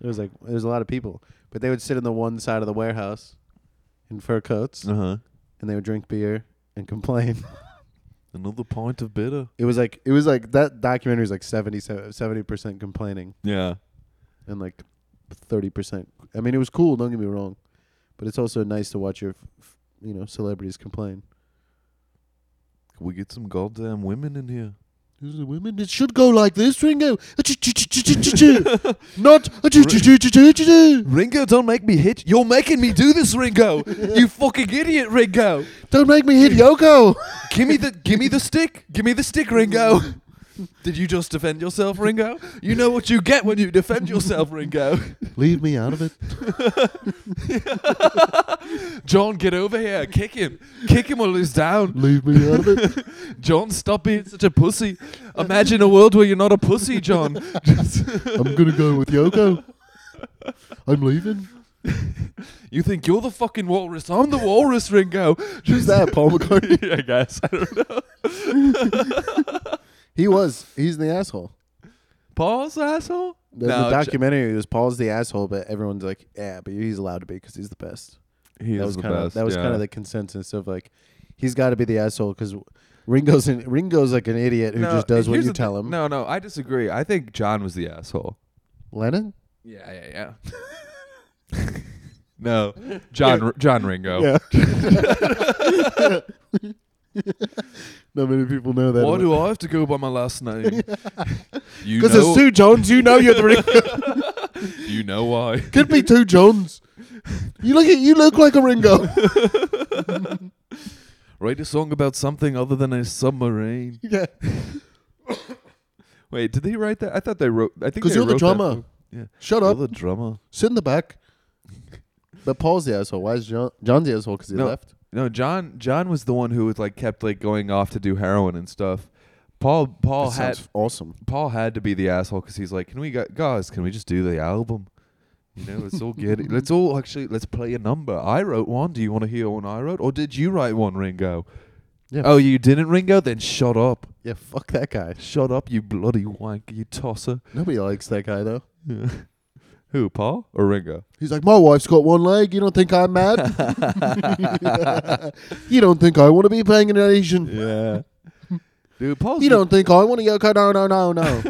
Speaker 2: was like there was a lot of people. But they would sit on the one side of the warehouse in fur coats
Speaker 3: Uh huh.
Speaker 2: and they would drink beer and complain. [LAUGHS]
Speaker 3: Another pint of bitter.
Speaker 2: it was like it was like that documentary was like 70 percent complaining
Speaker 3: Yeah.
Speaker 2: and like 30%. I mean it was cool, don't get me wrong. But it's also nice to watch your f- f- you know celebrities complain.
Speaker 3: Can we get some goddamn women in [LAUGHS] here?
Speaker 2: Who's the women? It should go like this, Ringo. [LAUGHS] Not.
Speaker 3: [LAUGHS] Ringo, don't make me hit. You're making me do this, Ringo. [LAUGHS] you fucking idiot, Ringo.
Speaker 2: Don't make me hit Yoko.
Speaker 3: Give me the give me the stick. Give me the stick, [LAUGHS] Ringo. Did you just defend yourself, Ringo? You know what you get when you defend yourself, [LAUGHS] Ringo.
Speaker 2: Leave me out of it.
Speaker 3: John, get over here. Kick him. Kick him while he's down.
Speaker 2: Leave me out of it.
Speaker 3: John, stop being such a pussy. Imagine a world where you're not a
Speaker 2: [LAUGHS]
Speaker 3: pussy, John.
Speaker 2: I'm gonna go with Yoko. I'm leaving.
Speaker 3: You think you're the fucking walrus. I'm the walrus, Ringo.
Speaker 2: Who's
Speaker 3: [LAUGHS]
Speaker 2: that? Paul McCartney.
Speaker 3: I guess. I don't know.
Speaker 2: He was. He's the asshole.
Speaker 3: Paul's the asshole?
Speaker 2: The,
Speaker 3: No,
Speaker 2: the documentary was Paul's the asshole, but everyone's like, yeah, but he's allowed to be because he's the best.
Speaker 3: He
Speaker 2: that was
Speaker 3: the
Speaker 2: kind of
Speaker 3: best,
Speaker 2: that was
Speaker 3: yeah.
Speaker 2: kind of the consensus of like, he's got to be the asshole because Ringo's an, Ringo's like an idiot who
Speaker 3: No,
Speaker 2: just does what
Speaker 3: here's
Speaker 2: you
Speaker 3: the
Speaker 2: tell
Speaker 3: thing.
Speaker 2: him.
Speaker 3: No, no, I disagree. I think John was the asshole.
Speaker 2: Lennon.
Speaker 3: Yeah, yeah, yeah. [LAUGHS] no, John, John Ringo. [LAUGHS]
Speaker 2: Yeah. Not many people know that.
Speaker 3: Why do I have to go by my last
Speaker 2: [LAUGHS]
Speaker 3: name? you
Speaker 2: Because it's
Speaker 3: know,
Speaker 2: Sue Jones. You know you're the
Speaker 3: [LAUGHS]
Speaker 2: Ringo.
Speaker 3: you know why.
Speaker 2: Could be two Johns. You look at you look like a
Speaker 3: [LAUGHS]
Speaker 2: Ringo.
Speaker 3: Write a song about something other than a submarine.
Speaker 2: yeah,
Speaker 3: Wait, did they write that? I thought they wrote. I think
Speaker 2: because
Speaker 3: they
Speaker 2: you're the
Speaker 3: wrote that-
Speaker 2: drummer.
Speaker 3: Yeah.
Speaker 2: Shut
Speaker 3: You're
Speaker 2: up.
Speaker 3: the drummer.
Speaker 2: Sit in the back. But Paul's the asshole. Why is John John's the asshole? Because he
Speaker 3: No.
Speaker 2: left.
Speaker 3: No, John. John was the one who was like kept like going off to do heroin and stuff. Paul. Paul
Speaker 2: That
Speaker 3: had
Speaker 2: sounds awesome.
Speaker 3: Paul had to be the asshole because he's like, "Can we go, guys? Can we just do the album? You know, let's all get it. Let's all actually let's play a number. I wrote one. Do you want to hear one I wrote, or did you write one, Ringo?
Speaker 2: Yeah.
Speaker 3: Oh, you didn't, Ringo? Then shut up,
Speaker 2: Yeah, fuck that guy.
Speaker 3: shut up, you bloody wank, you tosser.
Speaker 2: [LAUGHS]
Speaker 3: [LAUGHS]
Speaker 2: Nobody likes that guy though.
Speaker 3: Who, Paul or Ringo?
Speaker 2: He's like, my wife's got one leg. You don't think I'm
Speaker 3: [LAUGHS]
Speaker 2: mad? you don't think I want to be playing an Asian?
Speaker 3: Yeah, dude, Paul.
Speaker 2: You
Speaker 3: [LAUGHS]
Speaker 2: don't think I want to Yoko? No, no, no, no.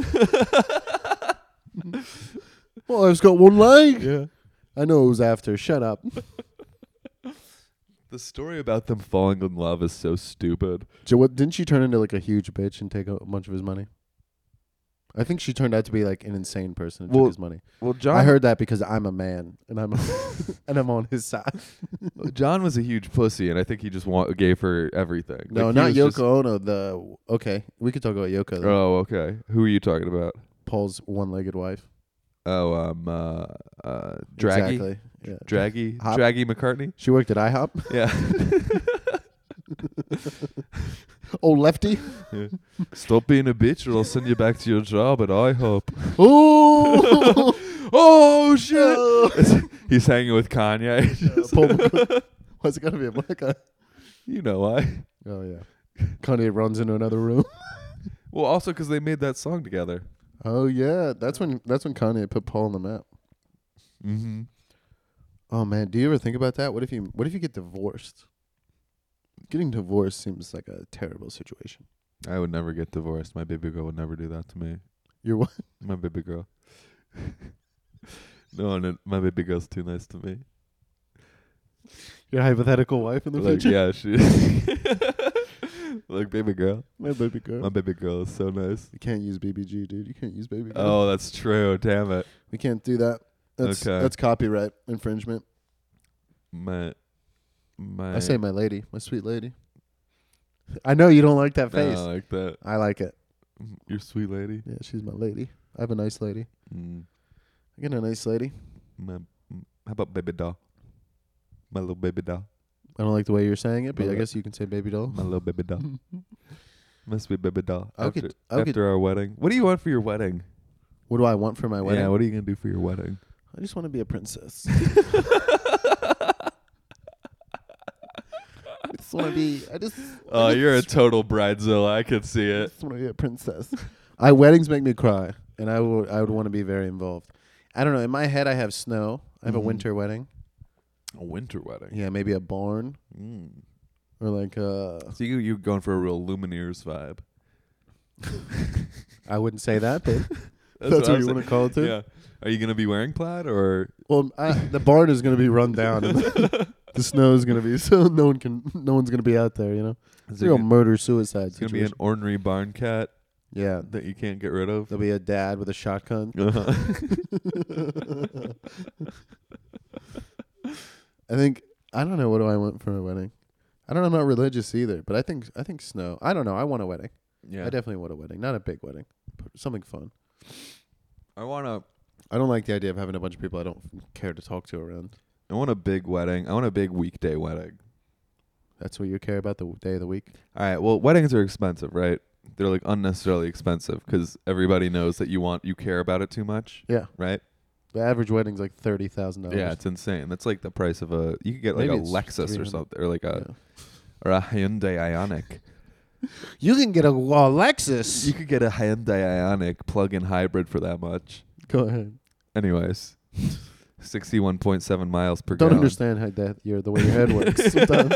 Speaker 2: well, I've got one leg.
Speaker 3: Yeah.
Speaker 2: I know it was after. Shut up.
Speaker 3: The story about them falling in love is so stupid.
Speaker 2: So what, didn't she turn into like a huge bitch and take a bunch of his money? I think she turned out to be like an insane person and
Speaker 3: Well,
Speaker 2: took his money.
Speaker 3: Well, John.
Speaker 2: I heard that because I'm a man and I'm [LAUGHS] and I'm on his side.
Speaker 3: John was a huge pussy, and I think he just wa- gave her everything.
Speaker 2: No,
Speaker 3: Like, he
Speaker 2: not
Speaker 3: was
Speaker 2: Yoko
Speaker 3: just-
Speaker 2: Ono. The okay, we could talk about Yoko. though.
Speaker 3: oh, okay. Who are you talking about?
Speaker 2: Paul's one-legged wife.
Speaker 3: Oh, um, uh, uh, Draggy,
Speaker 2: Exactly. Yeah.
Speaker 3: Draggy,
Speaker 2: Hop.
Speaker 3: Draggy McCartney.
Speaker 2: She worked at IHOP. [LAUGHS]
Speaker 3: Yeah,
Speaker 2: Oh, [LAUGHS] lefty.
Speaker 3: stop being a bitch, or I'll send you back to your job
Speaker 2: [LAUGHS]
Speaker 3: at IHOP. [LAUGHS]
Speaker 2: Oh,
Speaker 3: Oh shit! [LAUGHS] He's hanging with Kanye. [LAUGHS]
Speaker 2: [LAUGHS] Why's it gotta be a black guy?
Speaker 3: you know why?
Speaker 2: Oh yeah. Kanye runs into another room.
Speaker 3: Well, also because they made that song together.
Speaker 2: [LAUGHS] Oh yeah, that's when that's when Kanye put Paul on the map.
Speaker 3: Mm-hmm.
Speaker 2: Oh man, do you ever think about that? What if you what if you get divorced? Getting divorced seems like a terrible situation.
Speaker 3: I would never get divorced. My baby girl [LAUGHS] would never do that to me.
Speaker 2: You're what?
Speaker 3: My baby girl. No, no, my baby girl's too nice to me.
Speaker 2: Your hypothetical wife in the
Speaker 3: Like,
Speaker 2: future?
Speaker 3: yeah, she. [LAUGHS] like baby girl,
Speaker 2: [LAUGHS] My baby girl.
Speaker 3: my baby girl is so nice.
Speaker 2: you can't use BBG, dude. You can't use baby girl.
Speaker 3: Oh, that's true. Damn it,
Speaker 2: We can't do that. That's
Speaker 3: Okay.
Speaker 2: that's copyright infringement.
Speaker 3: my my.
Speaker 2: I say my lady, my sweet lady. I know you don't like that
Speaker 3: No, I
Speaker 2: face.
Speaker 3: like that.
Speaker 2: I like it.
Speaker 3: Your sweet lady.
Speaker 2: Yeah, she's my lady. I have a nice lady.
Speaker 3: Mm,
Speaker 2: I got a nice lady.
Speaker 3: my, mm, how about baby doll? My little baby doll.
Speaker 2: I don't like the way you're saying it, but I
Speaker 3: But-
Speaker 2: guess you can say baby doll.
Speaker 3: My little
Speaker 2: [LAUGHS]
Speaker 3: baby doll. my sweet baby doll.
Speaker 2: I
Speaker 3: After,
Speaker 2: could- I could-
Speaker 3: after our wedding. What do you want for your wedding?
Speaker 2: What do I want for my wedding?
Speaker 3: Yeah, what are you gonna do for your wedding?
Speaker 2: I just want to be a
Speaker 3: [LAUGHS]
Speaker 2: princess. [LAUGHS] I just want to be. I just.
Speaker 3: Oh,
Speaker 2: I
Speaker 3: you're a
Speaker 2: just,
Speaker 3: total bridezilla. I could see it.
Speaker 2: want to be a princess. [LAUGHS] I weddings make me cry, and I would I would want to be very involved. I don't know. In my head, I have snow. I have a
Speaker 3: Mhm.
Speaker 2: winter wedding.
Speaker 3: A winter wedding.
Speaker 2: Yeah, maybe a barn
Speaker 3: Mm.
Speaker 2: or like uh.
Speaker 3: So you you going for a real Lumineers vibe?
Speaker 2: I wouldn't say that, but
Speaker 3: [LAUGHS]
Speaker 2: [LAUGHS]
Speaker 3: That's,
Speaker 2: what
Speaker 3: I
Speaker 2: you
Speaker 3: was
Speaker 2: wanna call it too?
Speaker 3: Yeah. Are you gonna be wearing plaid or?
Speaker 2: well, I, the barn is gonna be run down, and [LAUGHS] the, snow is gonna be so no one can no one's gonna be out there. You know,
Speaker 3: Is
Speaker 2: it's
Speaker 3: it
Speaker 2: real
Speaker 3: gonna-
Speaker 2: murder suicide
Speaker 3: it's gonna be an
Speaker 2: situation.
Speaker 3: ornery barn cat
Speaker 2: yeah,
Speaker 3: that you can't get rid of.
Speaker 2: there'll be a dad with a shotgun.
Speaker 3: Uh-huh.
Speaker 2: I think I don't know what do I want for a wedding. I don't. know, I'm not religious either, but I think I think snow. I don't know. I want a wedding.
Speaker 3: [LAUGHS] yeah.
Speaker 2: I definitely want a wedding, not a big wedding, but something fun.
Speaker 3: I want a
Speaker 2: I don't like the idea of having a bunch of people I don't care to talk to around.
Speaker 3: I want a big wedding. I want a big weekday wedding.
Speaker 2: That's what you care about the w- day of the week.
Speaker 3: All right. Well, weddings are expensive, right? They're like unnecessarily expensive because everybody knows that you want you care about it too much, Oh,
Speaker 2: Yeah,
Speaker 3: right?
Speaker 2: the average wedding's like thirty thousand
Speaker 3: Yeah,
Speaker 2: dollars.
Speaker 3: it's insane. That's like the price of a you could get like
Speaker 2: Maybe
Speaker 3: a
Speaker 2: it's
Speaker 3: Lexus or
Speaker 2: 300.
Speaker 3: something, or like a or a Hyundai Ionic.
Speaker 2: You can get a, a Lexus.
Speaker 3: [LAUGHS] you could get a Hyundai Ionic plug-in hybrid for that much.
Speaker 2: Go [LAUGHS] ahead.
Speaker 3: Anyways, sixty-one point seven miles per.
Speaker 2: Don't
Speaker 3: gallon.
Speaker 2: understand how that your the way your head
Speaker 3: [LAUGHS]
Speaker 2: works sometimes.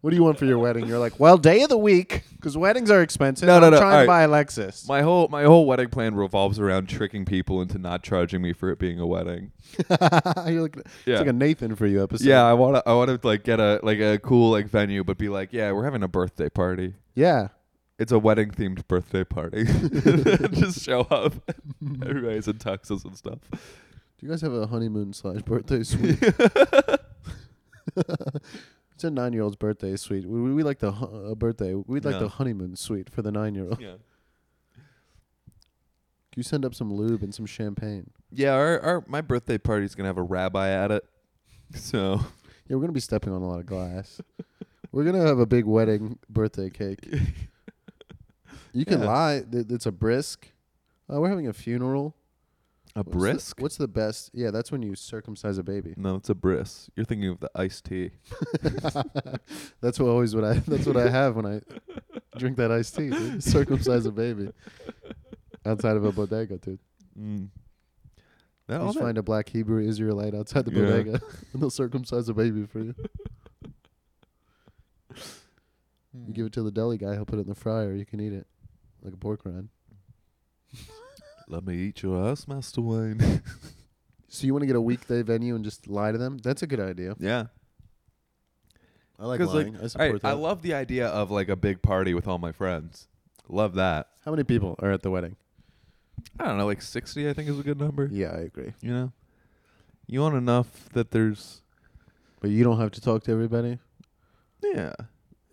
Speaker 2: What do you want for your wedding? You're like, well, day of the week, because weddings are expensive.
Speaker 3: No, no,
Speaker 2: I'm
Speaker 3: no,
Speaker 2: Trying to buy a
Speaker 3: alright.
Speaker 2: Lexus.
Speaker 3: My whole my whole wedding plan revolves around tricking people into not charging me for it being a wedding.
Speaker 2: [LAUGHS] You're like,
Speaker 3: Yeah.
Speaker 2: It's like a Nathan for you episode.
Speaker 3: Yeah, I want to. I want to like get a like a cool like venue, but be like, yeah, we're having a birthday party.
Speaker 2: yeah.
Speaker 3: It's a wedding themed birthday party. [LAUGHS] Just show
Speaker 2: [LAUGHS]
Speaker 3: up. Everybody's in tuxes and stuff.
Speaker 2: Do you guys have a honeymoon slash
Speaker 3: [LAUGHS]
Speaker 2: birthday suite? it's a nine year old's birthday suite. We, we, we like the hu- uh, birthday. We'd like
Speaker 3: Yeah.
Speaker 2: the honeymoon suite for the nine year old.
Speaker 3: Yeah.
Speaker 2: [LAUGHS] You send up some lube and some champagne.
Speaker 3: Yeah. Our, our my birthday party's gonna have a rabbi at it. So
Speaker 2: Yeah, we're gonna be stepping on a lot of glass. we're gonna have a big wedding birthday cake. You can
Speaker 3: Yeah.
Speaker 2: lie. th- It's a brisk. Uh, we're having a funeral.
Speaker 3: a
Speaker 2: What's the-
Speaker 3: brisk.
Speaker 2: what's the best? Yeah, that's when you circumcise a baby.
Speaker 3: No, it's a bris. You're thinking of the iced tea.
Speaker 2: [LAUGHS] that's what always what I. That's what I have when I drink that iced tea. Dude. Circumcise a baby outside of a bodega, dude.
Speaker 3: Mm. That, all
Speaker 2: Just
Speaker 3: that,
Speaker 2: find a black Hebrew Israelite outside the
Speaker 3: Yeah.
Speaker 2: bodega, [LAUGHS] and they'll circumcise a baby for you. You
Speaker 3: Mm.
Speaker 2: give it to the deli guy; he'll put it in the fryer. You can eat it like a pork rind.
Speaker 3: Let me eat your ass, Master Wayne. [LAUGHS]
Speaker 2: So you want to get a weekday venue and just lie to them? That's a good idea.
Speaker 3: yeah.
Speaker 2: I like
Speaker 3: 'Cause,
Speaker 2: lying. I
Speaker 3: all right,
Speaker 2: support that.
Speaker 3: I love the idea of like a big party with all my friends. Love that.
Speaker 2: How many people are at the wedding?
Speaker 3: I don't know, like 60 I think is a good number.
Speaker 2: Yeah, I agree.
Speaker 3: You know? You want enough that there's
Speaker 2: But you don't have to talk to everybody.
Speaker 3: yeah.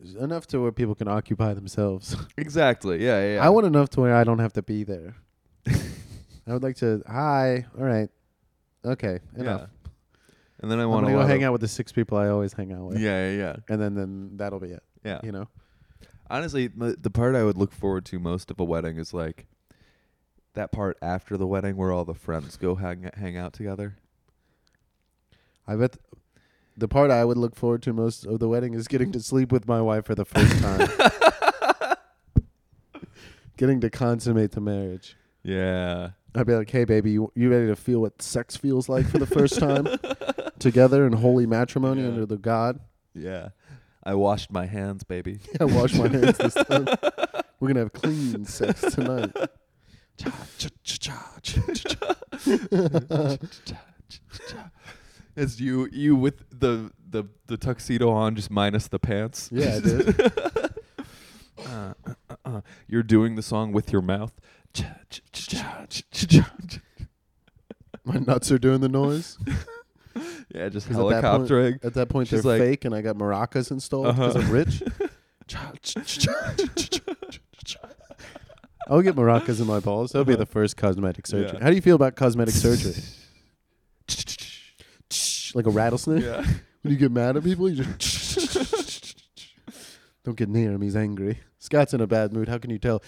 Speaker 2: It's enough to where people can occupy themselves.
Speaker 3: Exactly. Yeah, yeah. yeah.
Speaker 2: I want enough to where I don't have to be
Speaker 3: [LAUGHS]
Speaker 2: there. I would like to. Hi. All right. Okay. Enough.
Speaker 3: Yeah. And then I
Speaker 2: I
Speaker 3: want
Speaker 2: want to
Speaker 3: a
Speaker 2: go
Speaker 3: lot
Speaker 2: hang
Speaker 3: of,
Speaker 2: out with the six people I always hang out with.
Speaker 3: Yeah, yeah, yeah.
Speaker 2: And then then that'll be it.
Speaker 3: Yeah.
Speaker 2: You know.
Speaker 3: Honestly, the, the part I would look forward to most of a wedding is like that part after the wedding where all the friends go hang hang out together.
Speaker 2: I bet the part I would look forward to most of the wedding is getting to sleep with my wife for the first
Speaker 3: [LAUGHS]
Speaker 2: time. getting to consummate the marriage.
Speaker 3: Yeah.
Speaker 2: I'd be like, "Hey, baby, you, you ready to feel what sex feels like for the first
Speaker 3: [LAUGHS]
Speaker 2: time together in holy matrimony
Speaker 3: Yeah.
Speaker 2: under the God?"
Speaker 3: Yeah. I washed my hands, baby.
Speaker 2: I wash my hands this time. We're gonna have clean sex tonight.
Speaker 3: [LAUGHS] It's you you with the the the tuxedo on, just minus the pants.
Speaker 2: [LAUGHS] Yeah, dude.
Speaker 3: Uh, uh, uh, uh. You're doing the song with your mouth. Cha, cha, cha, cha, cha, cha, cha.
Speaker 2: My nuts are doing the noise.
Speaker 3: Yeah, just
Speaker 2: 'Cause at that point-
Speaker 3: helicoptering.
Speaker 2: At that point,
Speaker 3: She's
Speaker 2: they're
Speaker 3: like-
Speaker 2: fake, and I got maracas installed because
Speaker 3: Uh-huh.
Speaker 2: I'm rich.
Speaker 3: Cha, cha, cha, cha, cha, cha, cha, cha.
Speaker 2: I'll get maracas in my balls. That'll be the first cosmetic surgery.
Speaker 3: Uh-huh. Yeah.
Speaker 2: How do you feel about cosmetic
Speaker 3: [LAUGHS]
Speaker 2: surgery? like a rattlesnake?
Speaker 3: Yeah.
Speaker 2: When you get mad at people, you just [LAUGHS] don't get near him. He's angry. Scott's in a bad mood. How can you tell?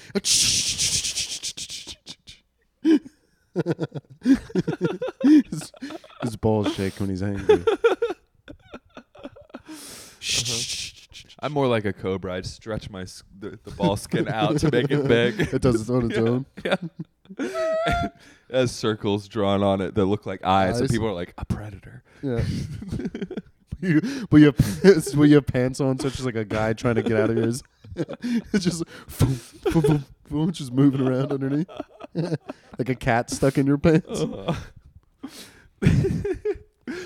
Speaker 2: his, his balls shake when he's angry.
Speaker 3: I'm more like a cobra. I stretch my s- the, the ball skin out to make it
Speaker 2: [LAUGHS]
Speaker 3: big.
Speaker 2: It does it on its own.
Speaker 3: [LAUGHS] It has circles drawn on it that look like eyes, and
Speaker 2: Eyes.
Speaker 3: people are like
Speaker 2: [LAUGHS]
Speaker 3: a predator. [LAUGHS]
Speaker 2: Yeah. You, but you have, but you have pants on, such as like a guy trying to get out of yours. [LAUGHS] it's just boom, boom, boom, boom, just moving around underneath, [LAUGHS] like a cat stuck in your
Speaker 3: Oh.
Speaker 2: pants.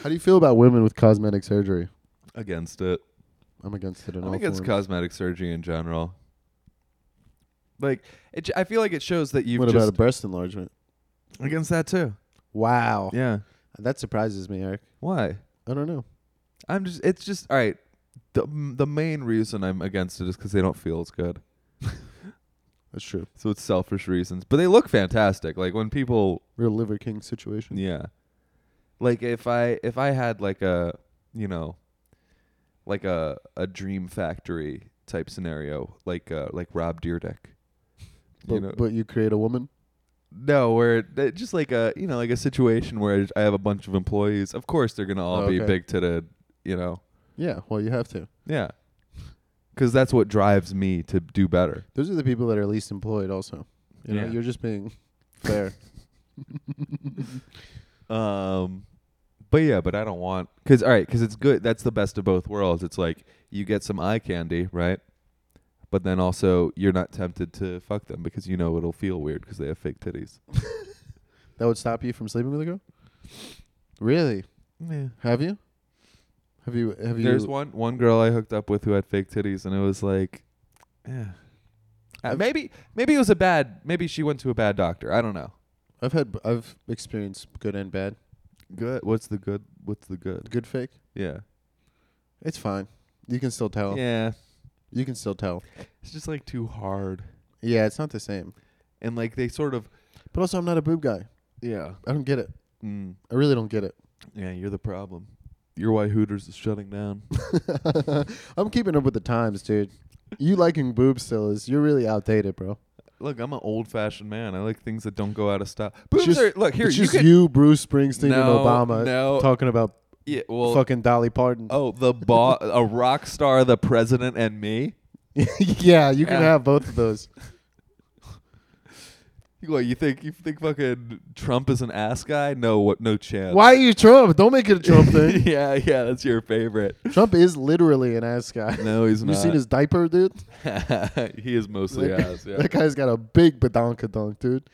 Speaker 2: How do you feel about women with cosmetic surgery?
Speaker 3: Against it.
Speaker 2: I'm against it. In
Speaker 3: I'm
Speaker 2: all
Speaker 3: against
Speaker 2: forms.
Speaker 3: cosmetic surgery in general. Like, it, j- I feel like it shows that you've
Speaker 2: What about
Speaker 3: just
Speaker 2: a breast enlargement?
Speaker 3: against that too.
Speaker 2: Wow,
Speaker 3: Yeah.
Speaker 2: that surprises me, Eric.
Speaker 3: Why?
Speaker 2: I don't know.
Speaker 3: I'm just. It's just all right. The the main reason I'm against it is because they don't feel as good.
Speaker 2: That's true.
Speaker 3: So it's selfish reasons, but they look fantastic. Like when people,
Speaker 2: Real liver king situation.
Speaker 3: yeah, like if I if I had like a you know, like a a dream factory type scenario, like uh like Rob Deerdick,
Speaker 2: But,
Speaker 3: you know,
Speaker 2: but you create a woman.
Speaker 3: no, where it, it just like a you know like a situation where I have a bunch of employees. Of course, they're gonna all
Speaker 2: Oh,
Speaker 3: be
Speaker 2: okay.
Speaker 3: big titted, you know,
Speaker 2: Yeah, well, you have to.
Speaker 3: yeah, because that's what drives me to do better.
Speaker 2: Those are the people that are least employed. Also, you know,
Speaker 3: Yeah.
Speaker 2: you're just being fair.
Speaker 3: Um, but yeah, but I don't want because all right, because it's good. That's the best of both worlds. It's like you get some eye candy, right? But then also you're not tempted to fuck them because you know it'll feel weird because they have fake titties.
Speaker 2: That would stop you from sleeping with a girl? Really?
Speaker 3: Yeah.
Speaker 2: Have you? Have you? Have you?
Speaker 3: There's one one girl I hooked up with who had fake titties, and it was like, yeah. Uh,
Speaker 2: I've-
Speaker 3: maybe maybe it was a bad. Maybe she went to a bad doctor. I don't know.
Speaker 2: I've had. I've experienced good and bad.
Speaker 3: Good. What's the good? What's the good?
Speaker 2: Good fake.
Speaker 3: Yeah.
Speaker 2: It's fine. You can still tell.
Speaker 3: Yeah.
Speaker 2: You can still tell.
Speaker 3: Oh. It's just like too hard,
Speaker 2: Yeah, it's not the same.
Speaker 3: and like they sort of.
Speaker 2: But also, I'm not a boob guy.
Speaker 3: Yeah.
Speaker 2: I don't get it.
Speaker 3: Mm.
Speaker 2: I really don't get it.
Speaker 3: Yeah, you're the problem. Your why Hooters is shutting down.
Speaker 2: [LAUGHS] I'm keeping up with the times, dude. You liking boobs still is you're really outdated, bro.
Speaker 3: look, I'm an old fashioned man. I like things that don't go out of style.
Speaker 2: It's
Speaker 3: Boobs
Speaker 2: just-
Speaker 3: are look here.
Speaker 2: it's
Speaker 3: you
Speaker 2: just
Speaker 3: can
Speaker 2: you, Bruce Springsteen,
Speaker 3: No,
Speaker 2: and Obama
Speaker 3: no.
Speaker 2: talking about
Speaker 3: yeah. Well,
Speaker 2: fucking Dolly Parton.
Speaker 3: oh, the boss, a rock star, the president, and me.
Speaker 2: [LAUGHS] yeah, you can
Speaker 3: Yeah.
Speaker 2: have both of
Speaker 3: [LAUGHS]
Speaker 2: those.
Speaker 3: You- What you think? You think fucking Trump is an ass guy? No, what? No chance.
Speaker 2: Why are you Trump? Don't make it a
Speaker 3: [LAUGHS]
Speaker 2: Trump thing.
Speaker 3: yeah, yeah, that's your favorite.
Speaker 2: Trump is literally an ass guy.
Speaker 3: No,
Speaker 2: [LAUGHS]
Speaker 3: he's
Speaker 2: you
Speaker 3: not.
Speaker 2: seen his diaper, dude? [LAUGHS]
Speaker 3: [LAUGHS] he is mostly
Speaker 2: That guy-
Speaker 3: ass.
Speaker 2: [LAUGHS]
Speaker 3: Yeah.
Speaker 2: That guy's got a big badonkadonk, dude.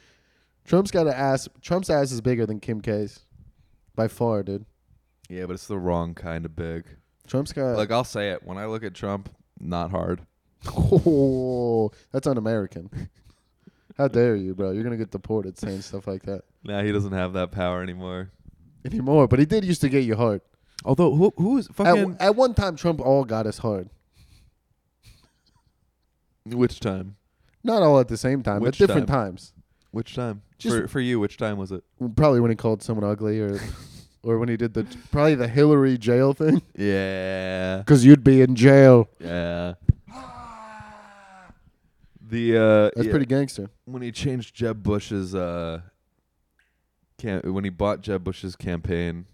Speaker 2: Trump's got an ass. Trump's ass is bigger than Kim K's, by far, dude.
Speaker 3: yeah, but it's the wrong kind of big.
Speaker 2: Trump's got.
Speaker 3: Like I'll say it. When I look at Trump, not hard.
Speaker 2: oh, that's un-American. How dare you, bro? You're gonna get deported saying stuff like that
Speaker 3: Nah, he doesn't have that power anymore.
Speaker 2: anymore. But he did used to get you hard.
Speaker 3: Although who who is
Speaker 2: At, at one time, Trump all got us hard.
Speaker 3: which time?
Speaker 2: Not all at the same time,
Speaker 3: Which
Speaker 2: but different times.
Speaker 3: Which time?
Speaker 2: Just-
Speaker 3: for, for you, which time was it?
Speaker 2: Probably when he called someone ugly,
Speaker 3: [LAUGHS]
Speaker 2: or or when he did the probably the Hillary jail thing.
Speaker 3: Yeah.
Speaker 2: Because you'd be in jail.
Speaker 3: Yeah. The uh
Speaker 2: That's
Speaker 3: yeah,
Speaker 2: pretty gangster.
Speaker 3: when he changed Jeb Bush's uh cam- when he bought Jeb Bush's campaign.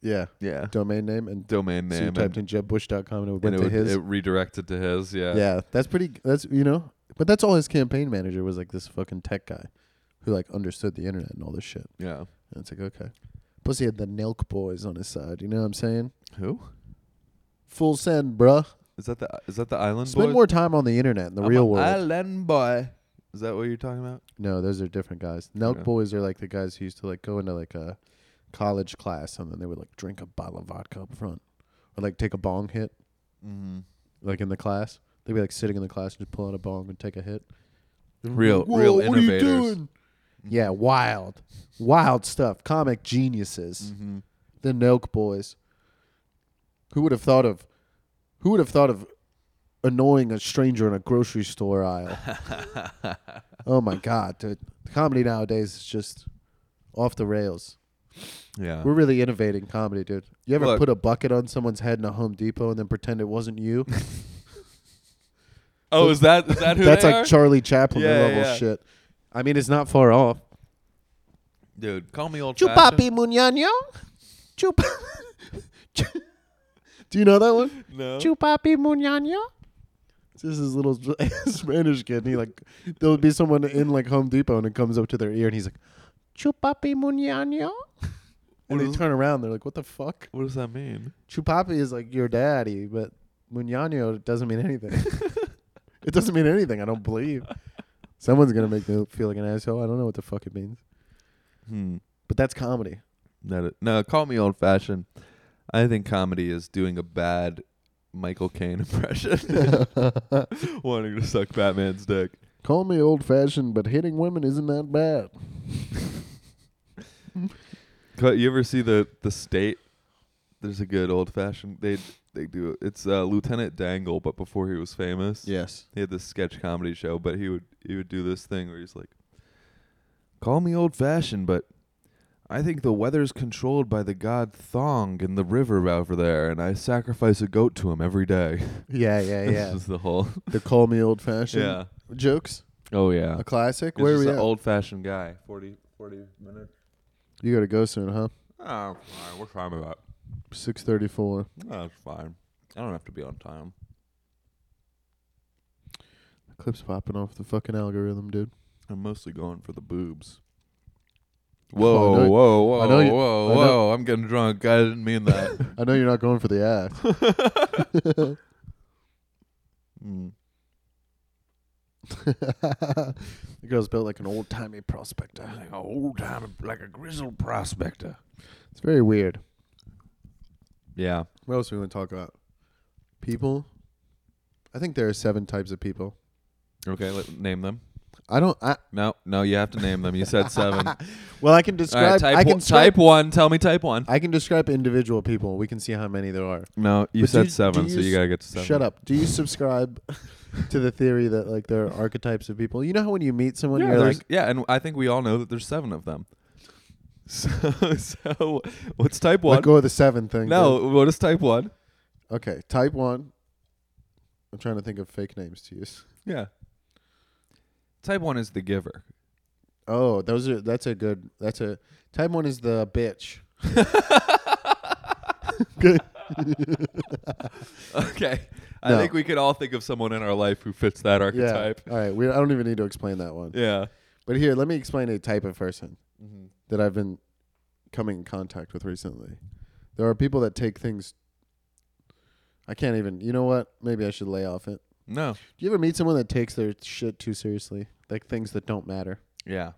Speaker 2: Yeah.
Speaker 3: Yeah.
Speaker 2: Domain name and
Speaker 3: Domain
Speaker 2: so you
Speaker 3: name
Speaker 2: typed
Speaker 3: and,
Speaker 2: in jebbush.com and it
Speaker 3: and
Speaker 2: went
Speaker 3: it,
Speaker 2: to
Speaker 3: would-
Speaker 2: his.
Speaker 3: it redirected to his, yeah.
Speaker 2: yeah. that's pretty. That's you know, but that's all his campaign manager was like this fucking tech guy, who like understood the internet and all this shit.
Speaker 3: Yeah.
Speaker 2: And it's like okay, plus he had the Nelk boys on his side. You know what I'm saying?
Speaker 3: Who?
Speaker 2: Full send, bruh.
Speaker 3: Is that the is that the Island
Speaker 2: Spend
Speaker 3: Boy?
Speaker 2: more time on the internet in the real world.
Speaker 3: Island Boy. Is that what you're talking about?
Speaker 2: no, those are different guys. Nelk
Speaker 3: Okay.
Speaker 2: boys are like the guys who used to like go into like a college class, and then they would like drink a bottle of vodka up front, or like take a bong hit,
Speaker 3: Mm-hmm.
Speaker 2: like in the class. They'd be like sitting in the class and just pull out a bong and take a hit.
Speaker 3: Real,
Speaker 2: Whoa,
Speaker 3: real
Speaker 2: what
Speaker 3: innovators.
Speaker 2: Are you doing? Yeah, wild, wild stuff. Comic geniuses,
Speaker 3: Mhm.
Speaker 2: the Noke boys. Who would have thought of? Who would have thought of annoying a stranger in a grocery store [LAUGHS] aisle? oh my god, dude! Comedy nowadays is just off the rails.
Speaker 3: Yeah.
Speaker 2: We're really innovating comedy, dude. You ever
Speaker 3: Look.
Speaker 2: put a bucket on someone's head in a Home Depot and then pretend it wasn't [LAUGHS] you?
Speaker 3: oh, is that is that who
Speaker 2: That's
Speaker 3: they
Speaker 2: like
Speaker 3: are?
Speaker 2: Charlie Chaplin
Speaker 3: Yeah,
Speaker 2: level
Speaker 3: yeah.
Speaker 2: shit. I mean, it's not far off.
Speaker 3: Dude, call me old
Speaker 2: Chupapi Muñano. Chup. [LAUGHS] Do you know that one?
Speaker 3: No.
Speaker 2: Chupapi Muñano. This is little [LAUGHS] Spanish kid, and he like there'll be someone in like Home Depot, and it comes up to their ear, and he's like, Chupapi Muñano. And
Speaker 3: What
Speaker 2: they
Speaker 3: is-
Speaker 2: turn around, they're like, "What the fuck?"
Speaker 3: What does that mean?
Speaker 2: Chupapi is like your daddy, but Muñano doesn't mean [LAUGHS] anything. it doesn't mean anything. I don't believe. Someone's gonna make me feel like an asshole. I don't know what the fuck it means.
Speaker 3: Hmm.
Speaker 2: But that's comedy.
Speaker 3: That it- no, call me old fashioned. I think comedy is doing a bad Michael Caine [LAUGHS] impression, wanting to suck Batman's dick.
Speaker 2: Call me old fashioned, but hitting women isn't that bad.
Speaker 3: Cut- You ever see the the state? There's a good old fashioned. They they do it. It's uh, Lieutenant Dangle, but before he was famous.
Speaker 2: Yes.
Speaker 3: he had this sketch comedy show, but he would he would do this thing where he's like, "Call me old fashioned, but I think the weather's controlled by the god Thong in the river over there, and I sacrifice a goat to him every day." [LAUGHS]
Speaker 2: Yeah, yeah,
Speaker 3: This
Speaker 2: yeah.
Speaker 3: is the whole
Speaker 2: [LAUGHS] the call me old fashioned
Speaker 3: [LAUGHS] yeah.
Speaker 2: jokes.
Speaker 3: Oh yeah,
Speaker 2: A classic.
Speaker 3: He's
Speaker 2: Where are
Speaker 3: just
Speaker 2: we
Speaker 3: an
Speaker 2: at?
Speaker 3: old fashioned guy. 40, 40 minutes.
Speaker 2: you gotta go soon, huh?
Speaker 3: Oh, fine. We're fine with that.
Speaker 2: Six thirty four.
Speaker 3: That's fine. I don't have to be on time.
Speaker 2: Clips popping off the fucking algorithm, dude.
Speaker 3: I'm mostly going for the boobs.
Speaker 2: Oh,
Speaker 3: Whoa,
Speaker 2: I know-
Speaker 3: whoa, whoa,
Speaker 2: I know you-
Speaker 3: whoa,
Speaker 2: I know-
Speaker 3: whoa! I'm getting drunk. I didn't mean that.
Speaker 2: I know you're not going for the
Speaker 3: [LAUGHS]
Speaker 2: ass.
Speaker 3: Mm.
Speaker 2: [LAUGHS] the girl's built like an old timey prospector.
Speaker 4: Like a old time, like a grizzled prospector.
Speaker 2: It's very weird.
Speaker 3: Yeah.
Speaker 2: What else we want to talk about? People. I think there are seven types of people.
Speaker 3: Okay. Let, name them.
Speaker 2: I don't. I,
Speaker 3: No, no, you have to name them. You said seven. All
Speaker 2: [LAUGHS] well, I can
Speaker 3: right,
Speaker 2: describe.
Speaker 3: type
Speaker 2: I can
Speaker 3: one,
Speaker 2: describe-
Speaker 3: type one. Tell me type one.
Speaker 2: I can describe individual people. We can see how many there are.
Speaker 3: No,
Speaker 2: But
Speaker 3: you
Speaker 2: do
Speaker 3: said
Speaker 2: you-
Speaker 3: seven,
Speaker 2: do
Speaker 3: so
Speaker 2: you
Speaker 3: you
Speaker 2: s-
Speaker 3: gotta get to seven.
Speaker 2: Shut up. Do you subscribe [LAUGHS] to the theory that like there are archetypes of people? You know how when you meet someone,
Speaker 3: Yeah,
Speaker 2: you're
Speaker 3: there's-
Speaker 2: like,
Speaker 3: yeah, and I think we all know that there's seven of them. [LAUGHS] So, so what's type
Speaker 2: let
Speaker 3: one?
Speaker 2: go of the seven thing.
Speaker 3: No, what is type one?
Speaker 2: dude. Okay. Type one. I'm trying to think of fake names to use.
Speaker 3: Yeah. Type one is the giver. [LAUGHS]
Speaker 2: Oh, those are. That's a good. That's a type one is the bitch.
Speaker 3: Okay. I
Speaker 2: No.
Speaker 3: think we could all think of someone in our life who fits that archetype.
Speaker 2: Yeah. All right. We, I don't even need to explain that one.
Speaker 3: Yeah.
Speaker 2: But here, let me explain a type of person
Speaker 3: hmm
Speaker 2: that I've been coming in contact with recently. There are people that take things. I can't even. You know what? Maybe I should lay off it.
Speaker 3: No.
Speaker 2: Do you ever meet someone that takes their shit too seriously? Like things that don't matter.
Speaker 3: Yeah.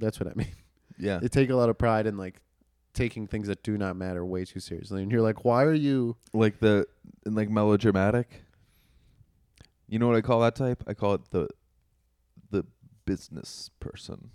Speaker 2: That's what I mean.
Speaker 3: Yeah.
Speaker 2: They take a lot of pride in like taking things that do not matter way too seriously. And you're like, why are you?
Speaker 3: like the and like melodramatic. You know what I call that type? I call it the the business person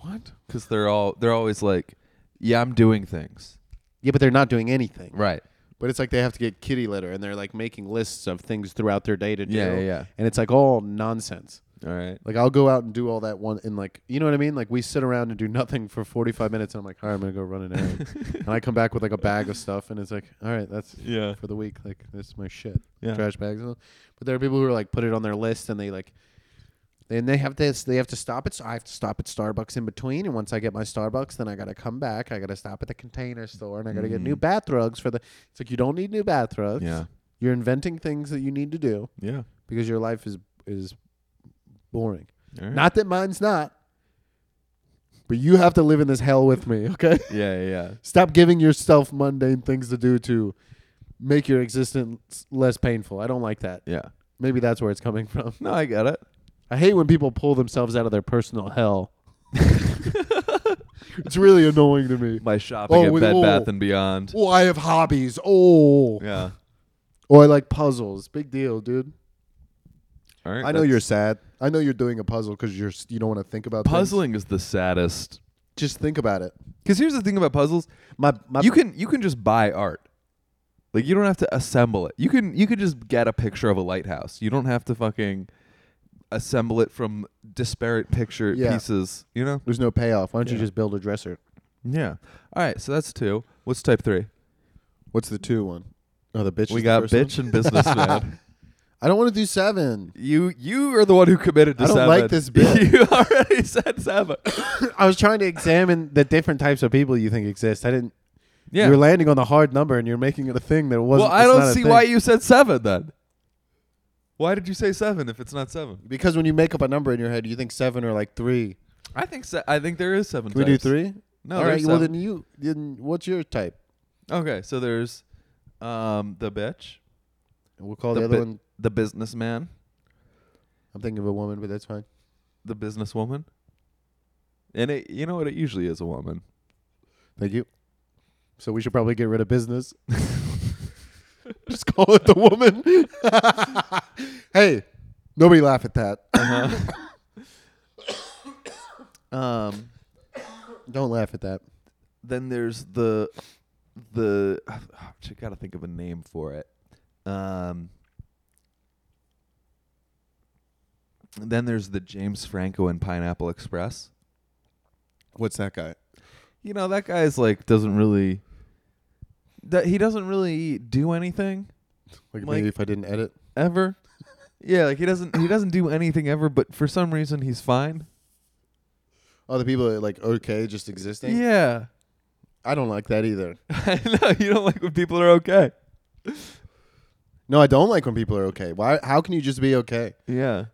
Speaker 2: What?
Speaker 3: because they're all they're always like, yeah, I'm doing things
Speaker 2: Yeah, but they're not doing anything.
Speaker 3: right.
Speaker 2: But it's like they have to get kitty litter and they're like making lists of things throughout their day to do.
Speaker 3: Yeah, yeah,
Speaker 2: And it's like all nonsense.
Speaker 3: yeah. All right.
Speaker 2: Like I'll go out and do all that one and like you know what I mean? Like we sit around and do nothing for forty five minutes and I'm like, all right, I'm gonna go run an errand.
Speaker 3: [LAUGHS]
Speaker 2: and I come back with like a bag of stuff and it's like, all right, that's
Speaker 3: Yeah.
Speaker 2: for the week. Like that's my shit.
Speaker 3: Yeah.
Speaker 2: Trash bags. and all. But there are people who are like put it on their list and they like and they have this they have to stop at I have to stop at Starbucks in between and once I get my Starbucks then I gotta come back. I gotta stop at the container store and I gotta get new bath rugs for the it's like you don't need new bath rugs.
Speaker 3: Mm. Yeah.
Speaker 2: You're inventing things that you need to do
Speaker 3: Yeah.
Speaker 2: because your life is is boring.
Speaker 3: All right.
Speaker 2: Not that mine's not. But you have to live in this hell with me, [LAUGHS] okay?
Speaker 3: Yeah. Yeah. yeah.
Speaker 2: Stop giving yourself mundane things to do to make your existence less painful. I don't like that.
Speaker 3: Yeah.
Speaker 2: Maybe that's where it's coming from.
Speaker 3: No, I get it.
Speaker 2: I hate when people pull themselves out of their personal hell. [LAUGHS] It's really annoying to me.
Speaker 3: My shopping
Speaker 2: Oh,
Speaker 3: at
Speaker 2: with-
Speaker 3: Bed
Speaker 2: oh.
Speaker 3: Bath and Beyond.
Speaker 2: Oh, I have hobbies. Oh,
Speaker 3: Yeah.
Speaker 2: or I like puzzles. Big deal, dude.
Speaker 3: All right.
Speaker 2: I know
Speaker 3: that's-
Speaker 2: you're sad. I know you're doing a puzzle because you're s- you don't want to think about things.
Speaker 3: puzzling is the saddest.
Speaker 2: Just think about it.
Speaker 3: Because here's the thing about puzzles,
Speaker 2: My my
Speaker 3: you can you can just buy art. Like you don't have to assemble it. You can you could just get a picture of a lighthouse. You don't have to fucking assemble it from disparate picture
Speaker 2: Yeah.
Speaker 3: pieces. You know.
Speaker 2: There's no payoff. Why don't you
Speaker 3: Yeah.
Speaker 2: just build a dresser?
Speaker 3: Yeah. All right. So that's two. What's type three?
Speaker 2: What's the two one? Oh, the bitch.
Speaker 3: we
Speaker 2: is the
Speaker 3: got
Speaker 2: first
Speaker 3: bitch
Speaker 2: one? [LAUGHS]
Speaker 3: and businessman.
Speaker 2: I don't want to do seven.
Speaker 3: you you are the one who committed to
Speaker 2: I don't
Speaker 3: seven.
Speaker 2: like this bit.
Speaker 3: [LAUGHS] you already said
Speaker 2: [COUGHS]
Speaker 3: seven.
Speaker 2: [LAUGHS] I was trying to examine the different types of people you think exist. I didn't.
Speaker 3: Yeah.
Speaker 2: You're landing on the hard number and you're making it a thing that it
Speaker 3: well,
Speaker 2: wasn't.
Speaker 3: I
Speaker 2: it's
Speaker 3: don't
Speaker 2: not a
Speaker 3: see
Speaker 2: thing.
Speaker 3: why you said seven then. Why did you say seven if it's not seven?
Speaker 2: Because when you make up a number in your head, you think seven or like three.
Speaker 3: I think se- I think there is seven.
Speaker 2: Can we do
Speaker 3: types.
Speaker 2: three?
Speaker 3: No,
Speaker 2: All
Speaker 3: there's
Speaker 2: right. Well,
Speaker 3: seven.
Speaker 2: then you. Then what's your type?
Speaker 3: Okay, so there's um the bitch,
Speaker 2: And We'll call
Speaker 3: The
Speaker 2: the, other
Speaker 3: bi-
Speaker 2: one.
Speaker 3: the businessman,
Speaker 2: I'm thinking of a woman, but that's fine.
Speaker 3: the businesswoman. And it you know what it usually is a woman.
Speaker 2: Thank you. So we should probably get rid of business. [LAUGHS] Just call it the woman. [LAUGHS] hey, nobody laugh at that.
Speaker 3: Uh-huh. Um
Speaker 2: Don't laugh at that.
Speaker 3: then there's the the [SIGHS] oh, I got to think of a name for it. Um then there's the James Franco and Pineapple Express.
Speaker 2: What's that guy?
Speaker 3: You know, that guy's like doesn't really that he doesn't really do anything.
Speaker 2: Like
Speaker 3: Mike.
Speaker 2: maybe if I didn't edit.
Speaker 3: ever. Yeah, like he doesn't he doesn't do anything ever, but for some reason he's fine.
Speaker 2: Oh, the people that are like okay, just existing.
Speaker 3: Yeah. [LAUGHS]
Speaker 2: I don't like that either.
Speaker 3: I know you don't like when people are okay.
Speaker 2: No, I don't like when people are okay. Why? How can you just be okay? [COUGHS]
Speaker 3: Yeah.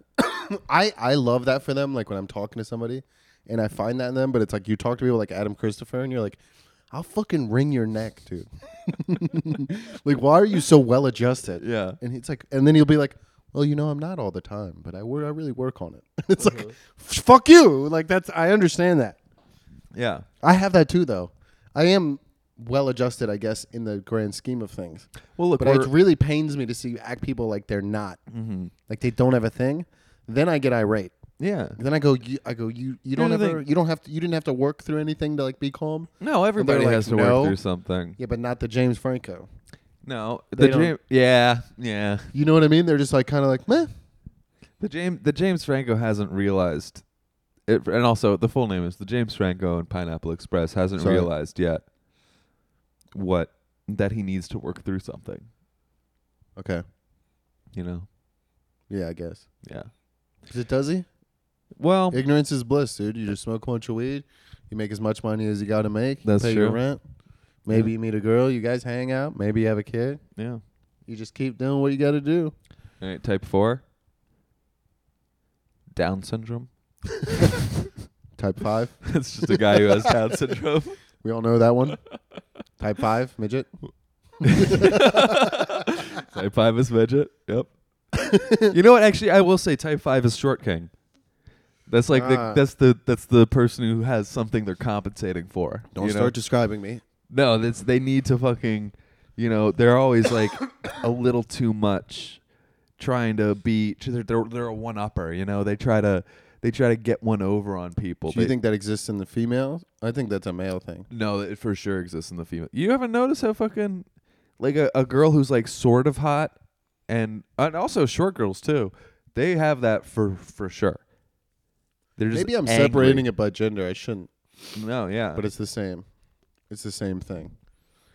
Speaker 2: I I love that for them. Like when I'm talking to somebody, and I find that in them. But it's like you talk to people like Adam Christopher, and you're like, I'll fucking wring your neck, dude. [LAUGHS] like, why are you so well adjusted?
Speaker 3: Yeah.
Speaker 2: And it's like, and then he'll be like, Well, you know, I'm not all the time, but I wor- I really work on it. [LAUGHS] it's
Speaker 3: Uh-huh.
Speaker 2: like, fuck you. Like that's I understand that.
Speaker 3: Yeah.
Speaker 2: I have that too, though. I am well adjusted, I guess, in the grand scheme of things.
Speaker 3: Well, look,
Speaker 2: but it
Speaker 3: we're-
Speaker 2: really pains me to see act people like they're not,
Speaker 3: Mm-hmm.
Speaker 2: like they don't have a thing. Then I get irate.
Speaker 3: Yeah.
Speaker 2: Then I go, you, I go, you, you don't
Speaker 3: the
Speaker 2: ever,
Speaker 3: thing.
Speaker 2: you don't have to, you didn't have to work through anything to like be calm.
Speaker 3: No, everybody
Speaker 2: like,
Speaker 3: has to
Speaker 2: no.
Speaker 3: work through something.
Speaker 2: Yeah, but not the James Franco.
Speaker 3: No.
Speaker 2: They
Speaker 3: The
Speaker 2: don't-
Speaker 3: James Yeah. Yeah.
Speaker 2: You know what I mean? They're just like kind of like meh.
Speaker 3: The James the James Franco hasn't realized it, and also the full name is the James Franco and Pineapple Express hasn't
Speaker 2: Sorry.
Speaker 3: realized yet what that he needs to work through something,
Speaker 2: Okay.
Speaker 3: you know.
Speaker 2: Yeah, I guess.
Speaker 3: Yeah.
Speaker 2: Is it does he?
Speaker 3: Well,
Speaker 2: Ignorance is bliss, dude. You just smoke a bunch of weed. You make as much money as you got to make.
Speaker 3: That's
Speaker 2: pay your
Speaker 3: true.
Speaker 2: rent. Maybe
Speaker 3: Yeah.
Speaker 2: you meet a girl. You guys hang out. Maybe you have a kid.
Speaker 3: yeah.
Speaker 2: You just keep doing what you got to [LAUGHS] do.
Speaker 3: All right, type four. Down syndrome. [LAUGHS]
Speaker 2: Type five.
Speaker 3: It's just a guy who has Down
Speaker 2: [LAUGHS]
Speaker 3: syndrome.
Speaker 2: We all know that one. Type five, midget.
Speaker 3: type five is midget.
Speaker 2: [LAUGHS]
Speaker 3: Yep. you know what? Actually, I will say type five is short king. That's like
Speaker 2: Ah.
Speaker 3: the that's the that's the person who has something they're compensating for.
Speaker 2: Don't
Speaker 3: you know?
Speaker 2: start describing me.
Speaker 3: No, that's they need to fucking, you know, they're always like a little too much, trying to be. They're they're, they're a one upper. You know, they try to they try to get one over on people.
Speaker 2: Do you
Speaker 3: They-
Speaker 2: think that exists in the female? I think that's a male thing.
Speaker 3: No, it for sure exists in the female. You haven't noticed how fucking like a, a girl who's like sort of hot and and also short girls too. They have that for for sure. They're just
Speaker 2: Maybe I'm
Speaker 3: angry.
Speaker 2: separating it by gender. I shouldn't,
Speaker 3: No, yeah,
Speaker 2: but it's the same. It's the same thing.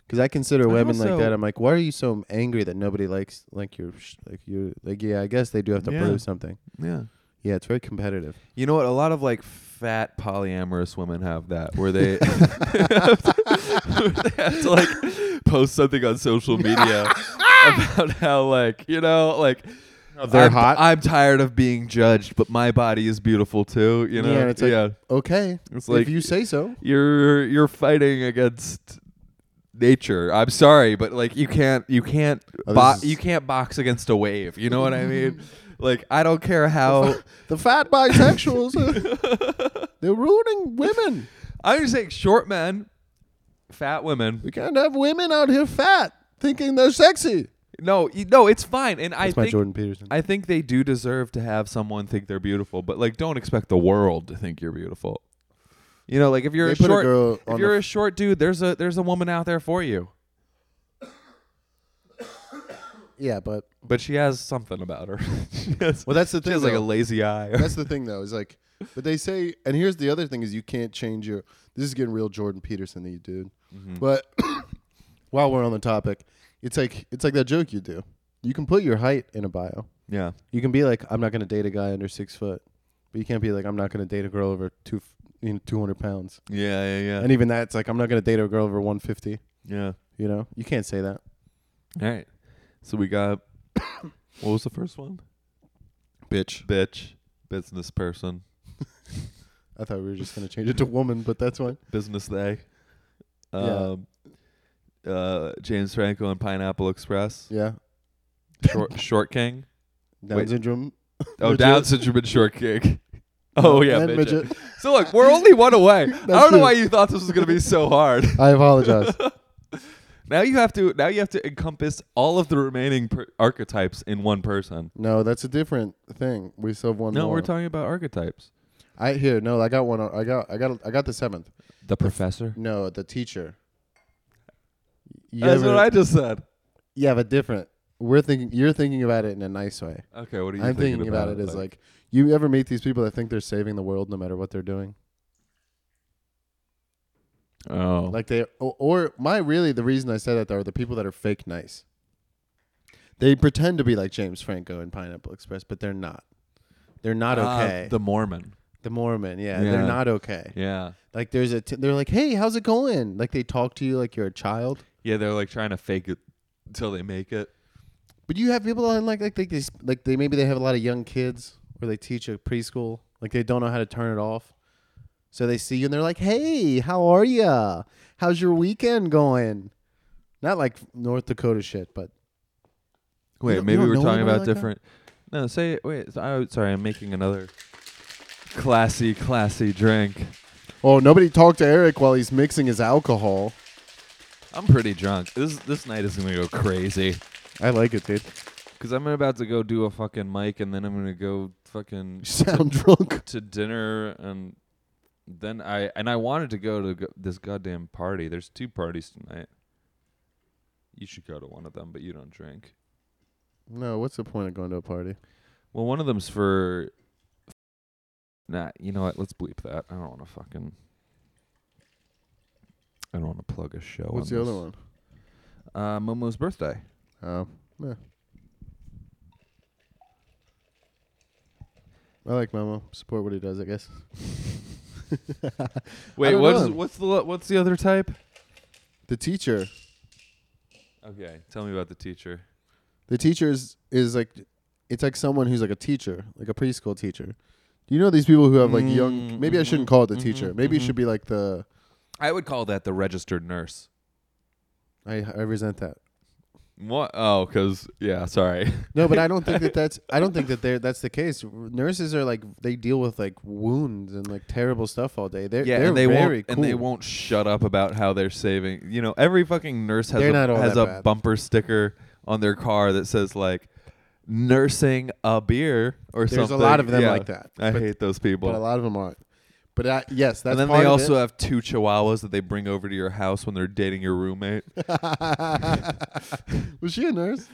Speaker 2: Because I consider
Speaker 3: And
Speaker 2: women like
Speaker 3: also-
Speaker 2: that. I'm like, why are you so angry that nobody likes like your sh- like you like? Yeah, I guess they do have to
Speaker 3: Yeah.
Speaker 2: prove something.
Speaker 3: yeah.
Speaker 2: Yeah, it's very competitive.
Speaker 3: You know what? A lot of like fat polyamorous women have that
Speaker 2: [LAUGHS]
Speaker 3: where they, [LAUGHS] they have to like post something on
Speaker 2: [LAUGHS]
Speaker 3: social media about how like you know like
Speaker 2: they're
Speaker 3: I'm,
Speaker 2: hot?
Speaker 3: I'm tired of being judged, but my body is beautiful too. You know?
Speaker 2: yeah, and it's like,
Speaker 3: yeah.
Speaker 2: okay,
Speaker 3: It's like-
Speaker 2: if you say so.
Speaker 3: you're you're fighting against nature. I'm sorry, but like you can't you can't
Speaker 2: Oh,
Speaker 3: bo-
Speaker 2: this is-
Speaker 3: you can't box against a wave. You know what I
Speaker 2: [LAUGHS]
Speaker 3: mean? Like I don't care how
Speaker 2: The fat bisexuals, uh, they're ruining women.
Speaker 3: I'm just saying, short men, fat women.
Speaker 2: We can't have women out here fat thinking they're sexy.
Speaker 3: No, you- no, it's fine. And I
Speaker 2: That's my
Speaker 3: think
Speaker 2: Jordan Peterson.
Speaker 3: I think they do deserve to have someone think they're beautiful, but like, don't expect the world to think you're beautiful. You know, like if you're
Speaker 2: They
Speaker 3: a
Speaker 2: put a
Speaker 3: short,
Speaker 2: girl
Speaker 3: if
Speaker 2: on
Speaker 3: you're
Speaker 2: the-
Speaker 3: a short dude, there's a there's a woman out there for you.
Speaker 2: yeah, but
Speaker 3: But she has something about her. [LAUGHS] she has,
Speaker 2: well, that's the
Speaker 3: she
Speaker 2: thing.
Speaker 3: has like a
Speaker 2: though.
Speaker 3: lazy eye.
Speaker 2: That's the thing though, is like but they say and here's the other thing is you can't change your this is getting real Jordan Peterson y dude. But [COUGHS] while we're on the topic, it's like it's like that joke you do. You can put your height in a bio.
Speaker 3: [LAUGHS] yeah,
Speaker 2: You can be like, I'm not gonna date a guy under six foot. But you can't be like, I'm not gonna date a girl over two f- you know, two hundred pounds.
Speaker 3: yeah, yeah, yeah,
Speaker 2: And even that's like I'm not gonna date a girl over one fifty,
Speaker 3: yeah.
Speaker 2: you know? You can't say that.
Speaker 3: All right. So we got [COUGHS] what was the first one?
Speaker 2: Bitch.
Speaker 3: Bitch, business person,
Speaker 2: I thought we were just gonna change it to woman, but that's fine.
Speaker 3: business they.
Speaker 2: Yeah.
Speaker 3: Um, uh, James Franco and
Speaker 2: [LAUGHS]
Speaker 3: Pineapple Express,
Speaker 2: Yeah.
Speaker 3: short, short King.
Speaker 2: Down
Speaker 3: Wait.
Speaker 2: syndrome.
Speaker 3: Oh,
Speaker 2: Midget.
Speaker 3: Down syndrome and short King. [LAUGHS] Oh yeah,
Speaker 2: And
Speaker 3: midget. So look, we're only one
Speaker 2: [LAUGHS]
Speaker 3: away. I don't know
Speaker 2: it.
Speaker 3: why you thought this was gonna be
Speaker 2: [LAUGHS]
Speaker 3: so hard.
Speaker 2: I apologize.
Speaker 3: [LAUGHS] Now you have to now you have to encompass all of the remaining per- archetypes in one person.
Speaker 2: No, that's a different thing. We still have one
Speaker 3: No,
Speaker 2: more.
Speaker 3: we're talking about archetypes.
Speaker 2: I here. No, I got one. I got. I got. I got the seventh.
Speaker 3: The professor.
Speaker 2: No, the teacher. You
Speaker 3: That's
Speaker 2: ever-
Speaker 3: what I just said.
Speaker 2: Yeah, but different. We're thinking. You're thinking about it in a nice way.
Speaker 3: Okay, what are you
Speaker 2: I'm thinking, about, it as like, you ever meet these people that think they're saving the world no matter what they're doing.
Speaker 3: oh,
Speaker 2: Like they or, or my really the reason I said that though are the people that are fake nice. They pretend to be like James Franco in Pineapple Express, but they're not. They're not
Speaker 3: Ah,
Speaker 2: okay.
Speaker 3: the Mormon.
Speaker 2: the Mormon, yeah,
Speaker 3: Yeah.
Speaker 2: they're not okay.
Speaker 3: Yeah,
Speaker 2: Like there's a t- they're like, "Hey, how's it going?" Like they talk to you like you're a child.
Speaker 3: yeah, they're like trying to fake it until they make it.
Speaker 2: But you have people on like like they they- like they maybe they have a lot of young kids or they teach a preschool, like they don't know how to turn it off. So they see you and they're like, "Hey, how are ya? How's your weekend going?" Not like North Dakota shit, but
Speaker 3: Wait,
Speaker 2: don't- you
Speaker 3: maybe
Speaker 2: don't
Speaker 3: we're
Speaker 2: know
Speaker 3: talking
Speaker 2: anybody
Speaker 3: about
Speaker 2: like that?
Speaker 3: different. No, say wait. so I, sorry, I'm making another classy, classy drink.
Speaker 2: oh, nobody talked to Eric while he's mixing his alcohol.
Speaker 3: I'm pretty drunk. This this night is gonna go crazy
Speaker 2: I like it, dude. [LAUGHS]
Speaker 3: because I'm about to go do a fucking mic and then I'm gonna go fucking
Speaker 2: You sound [LAUGHS] drunk.
Speaker 3: to dinner and then I and I wanted to go to go, this goddamn party. There's two parties tonight. You should go to one of them, but you don't drink.
Speaker 2: No, what's the point of going to a party?
Speaker 3: Well, one of them's for. Nah, you know what? Let's bleep that. I don't want to fucking. I don't want to plug a show.
Speaker 2: What's
Speaker 3: on
Speaker 2: the other
Speaker 3: this.
Speaker 2: one?
Speaker 3: Uh, Momo's birthday.
Speaker 2: Oh, yeah. I like Momo. Support what he does, I guess. [LAUGHS]
Speaker 3: Wait,
Speaker 2: don't
Speaker 3: what's
Speaker 2: know.
Speaker 3: what's the lo- what's the other type?
Speaker 2: The teacher,
Speaker 3: Okay, tell me about the teacher.
Speaker 2: the teacher is, is like, it's like someone who's like a teacher, like a preschool teacher. Do you know these people who have like young?
Speaker 3: Mm,
Speaker 2: Maybe I
Speaker 3: mhm,
Speaker 2: shouldn't call it the
Speaker 3: mhm,
Speaker 2: teacher. Maybe
Speaker 3: mhm.
Speaker 2: it should be like the.
Speaker 3: I would call that the registered nurse.
Speaker 2: I, I resent that.
Speaker 3: What? Oh, cause yeah. Sorry. [LAUGHS]
Speaker 2: No, but I don't think that that's. I don't think that they're that's the case. Nurses are like they deal with like wounds and like terrible stuff all day. They're
Speaker 3: Yeah,
Speaker 2: they're
Speaker 3: and they
Speaker 2: very
Speaker 3: won't
Speaker 2: cool.
Speaker 3: and they won't shut up about how they're saving. You know, every fucking nurse has
Speaker 2: They're not
Speaker 3: a,
Speaker 2: all
Speaker 3: has
Speaker 2: that
Speaker 3: a
Speaker 2: bad.
Speaker 3: bumper sticker on their car that says like "nursing a beer" or
Speaker 2: There's
Speaker 3: something.
Speaker 2: a lot of them
Speaker 3: Yeah.
Speaker 2: like that.
Speaker 3: I
Speaker 2: but,
Speaker 3: hate those people.
Speaker 2: but a lot of them aren't. But I, yes, that's
Speaker 3: and then
Speaker 2: part
Speaker 3: they
Speaker 2: of
Speaker 3: also
Speaker 2: it.
Speaker 3: have two chihuahuas that they bring over to your house when they're dating
Speaker 2: [LAUGHS]
Speaker 3: your roommate. uh,
Speaker 2: Was she a nurse?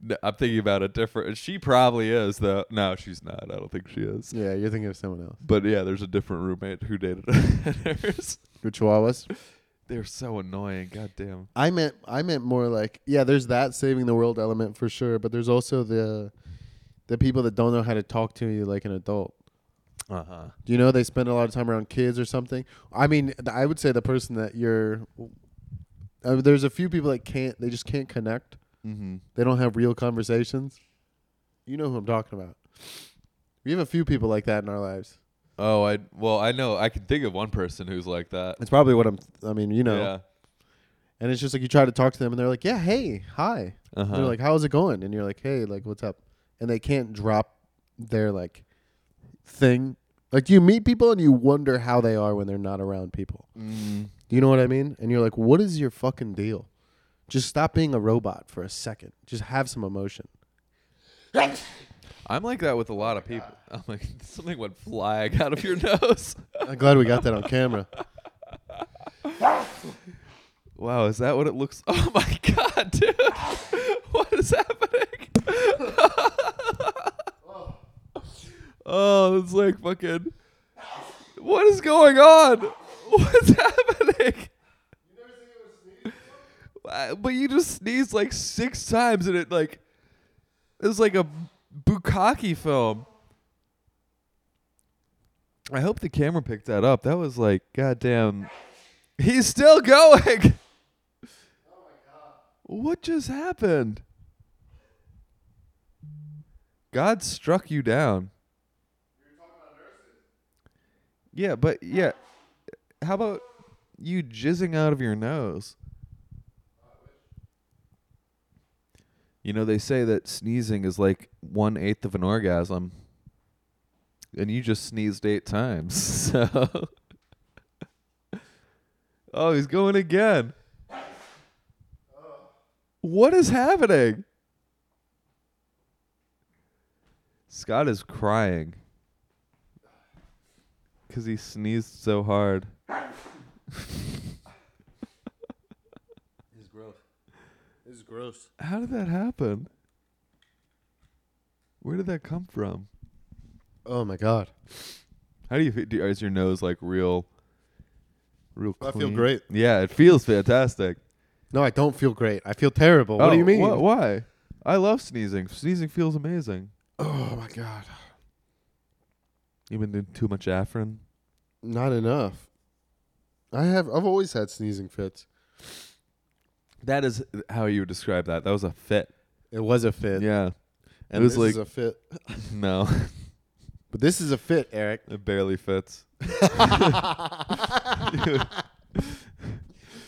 Speaker 3: No, I'm thinking about a different. She probably is though. No, she's not. I don't think she is.
Speaker 2: Yeah, you're thinking of someone else.
Speaker 3: But yeah, there's a different roommate who dated [LAUGHS] a nurse.
Speaker 2: The Chihuahuas.
Speaker 3: They're so annoying. God damn.
Speaker 2: I meant I meant more like yeah. There's that saving the world element for sure, but there's also the the people that don't know how to talk to you like an adult.
Speaker 3: Uh huh.
Speaker 2: Do you know they spend a lot of time around kids or something? I mean, th- I would say the person that you're. Uh, there's a few people that can't. They just can't connect.
Speaker 3: Mm-hmm.
Speaker 2: They don't have real conversations. You know who I'm talking about. We have a few people like that in our lives.
Speaker 3: Oh, I well, I know I can think of one person who's like that.
Speaker 2: It's probably what I'm. I mean, you know.
Speaker 3: Yeah.
Speaker 2: And it's just like you try to talk to them, and they're like, "Yeah, hey, hi."
Speaker 3: Uh-huh.
Speaker 2: They're like, "How's it going?" And you're like, "Hey, like, what's up?" And they can't drop their like thing Like you meet people and you wonder how they are when they're not around people.
Speaker 3: Mm.
Speaker 2: You know what I mean? And you're like, what is your fucking deal? Just stop being a robot for a second. Just have some emotion.
Speaker 3: I'm like that with a lot of people. [LAUGHS] I'm like something went flying out of your [LAUGHS] nose.
Speaker 2: I'm glad we got that on camera.
Speaker 3: wow, is that what it looks? [LAUGHS] Oh my god, dude, [LAUGHS] what is happening? [LAUGHS] oh, it's like fucking. What is going on? What's [LAUGHS] happening? Uh, But you just sneezed like six times, and it like it was like a Bukaki film. I hope the camera picked that up. That was like goddamn. He's still going. [LAUGHS] Oh my god. What just happened? God struck you down. Yeah, but yeah. How about you jizzing out of your nose? You know, they say that sneezing is like one eighth of an orgasm. And you just sneezed eight times. [LAUGHS] So Oh, he's going again. What is happening? Scott is crying because he sneezed so hard.
Speaker 2: This is gross. This is gross.
Speaker 3: How did that happen? Where did that come from?
Speaker 2: Oh my god.
Speaker 3: How do you feel? Do, is your nose like real, real
Speaker 2: I
Speaker 3: clean?
Speaker 2: feel great.
Speaker 3: Yeah, it feels fantastic.
Speaker 2: No, I don't feel great. I feel terrible. what do
Speaker 3: Oh,
Speaker 2: you mean?
Speaker 3: wh- why? I love sneezing. Sneezing feels amazing.
Speaker 2: Oh my god.
Speaker 3: You've been doing too much Afrin.
Speaker 2: Not enough. I have I've always had sneezing fits.
Speaker 3: That is how you would describe that. That was a fit.
Speaker 2: It was a fit.
Speaker 3: Yeah. And
Speaker 2: And
Speaker 3: it
Speaker 2: this is
Speaker 3: was like,
Speaker 2: a fit.
Speaker 3: no, [LAUGHS]
Speaker 2: But this is a fit, Eric. [LAUGHS]
Speaker 3: it barely fits.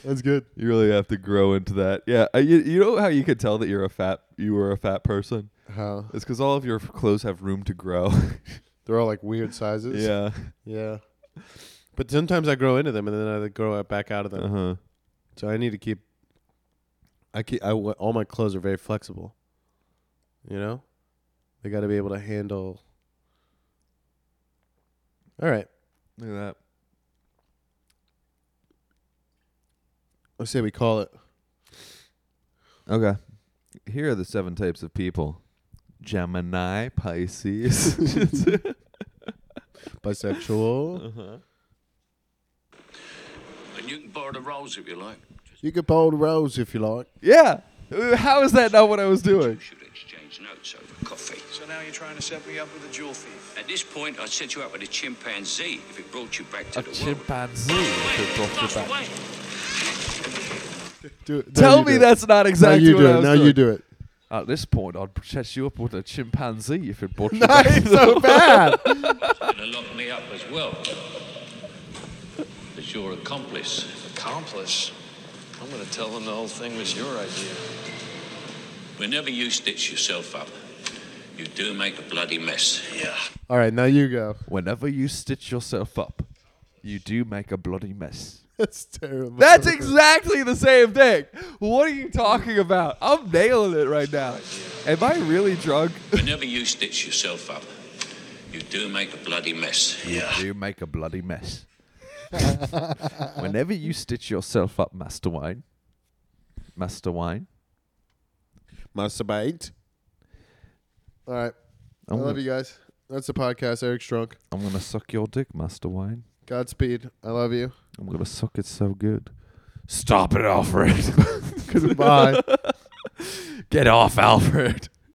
Speaker 2: That's good.
Speaker 3: You really have to grow into that. Yeah. uh, You, you know how you could tell that you're a fat, you were a fat person?
Speaker 2: How?
Speaker 3: It's because all of your clothes have room to
Speaker 2: [LAUGHS]
Speaker 3: grow.
Speaker 2: They're all like weird sizes.
Speaker 3: yeah.
Speaker 2: Yeah. But sometimes I grow into them and then I like, grow out- back out of them.
Speaker 3: Uh huh.
Speaker 2: So I need to keep. I keep. I wa- all my clothes are very flexible. You know, they got to be able to handle. All right,
Speaker 3: Look at that.
Speaker 2: I say we call it.
Speaker 3: Okay. Here are the seven types of people Gemini, Pisces. [LAUGHS]
Speaker 2: Bisexual.
Speaker 3: uh-huh.
Speaker 4: And you can borrow the rolls if you like. Just
Speaker 2: You can bowl the rose if you like.
Speaker 3: Yeah. Uh, How is that not what I was doing?
Speaker 4: should exchange notes over coffee.
Speaker 5: So now you're trying to set me up with a jewel thief.
Speaker 4: At this point, I'd set you up with a chimpanzee if it brought you back to
Speaker 3: A
Speaker 4: the world.
Speaker 3: chimpanzee. if it brought you back.
Speaker 2: Do it. No,
Speaker 3: Tell
Speaker 2: you
Speaker 3: me
Speaker 2: do it.
Speaker 3: that's not
Speaker 2: Now
Speaker 3: exactly
Speaker 2: you
Speaker 3: what
Speaker 2: do
Speaker 3: I
Speaker 2: it.
Speaker 3: was
Speaker 2: Now
Speaker 3: doing.
Speaker 2: you do it.
Speaker 3: At this point, I'd set you up with a chimpanzee if it [LAUGHS] brought you
Speaker 2: Nice, [LAUGHS] so bad.
Speaker 4: And lock me up as well. As your accomplice.
Speaker 5: Accomplice? I'm going to tell them the whole thing was your idea.
Speaker 4: Whenever you stitch yourself up, you do make a bloody mess.
Speaker 5: Yeah.
Speaker 2: All right, now you go. [LAUGHS]
Speaker 3: Whenever you stitch yourself up, you do make a bloody mess.
Speaker 2: That's terrible.
Speaker 3: [LAUGHS] That's exactly the same thing. What are you talking about? I'm nailing it right now. Am I really drunk?
Speaker 4: Whenever you stitch yourself up, you do make a bloody mess.
Speaker 3: you make a bloody [LAUGHS] mess. Whenever you stitch yourself up, Master Wine, Master Wine,
Speaker 2: masturbate. All right, I
Speaker 3: I'm
Speaker 2: love
Speaker 3: gonna,
Speaker 2: you guys. That's the podcast. Eric's drunk.
Speaker 3: I'm gonna suck your dick, Master Wine.
Speaker 2: Godspeed. I love
Speaker 3: [LAUGHS]
Speaker 2: you.
Speaker 3: I'm gonna suck it so good. Stop it, Alfred. [LAUGHS]
Speaker 2: [LAUGHS] Goodbye.
Speaker 3: Get off, Alfred.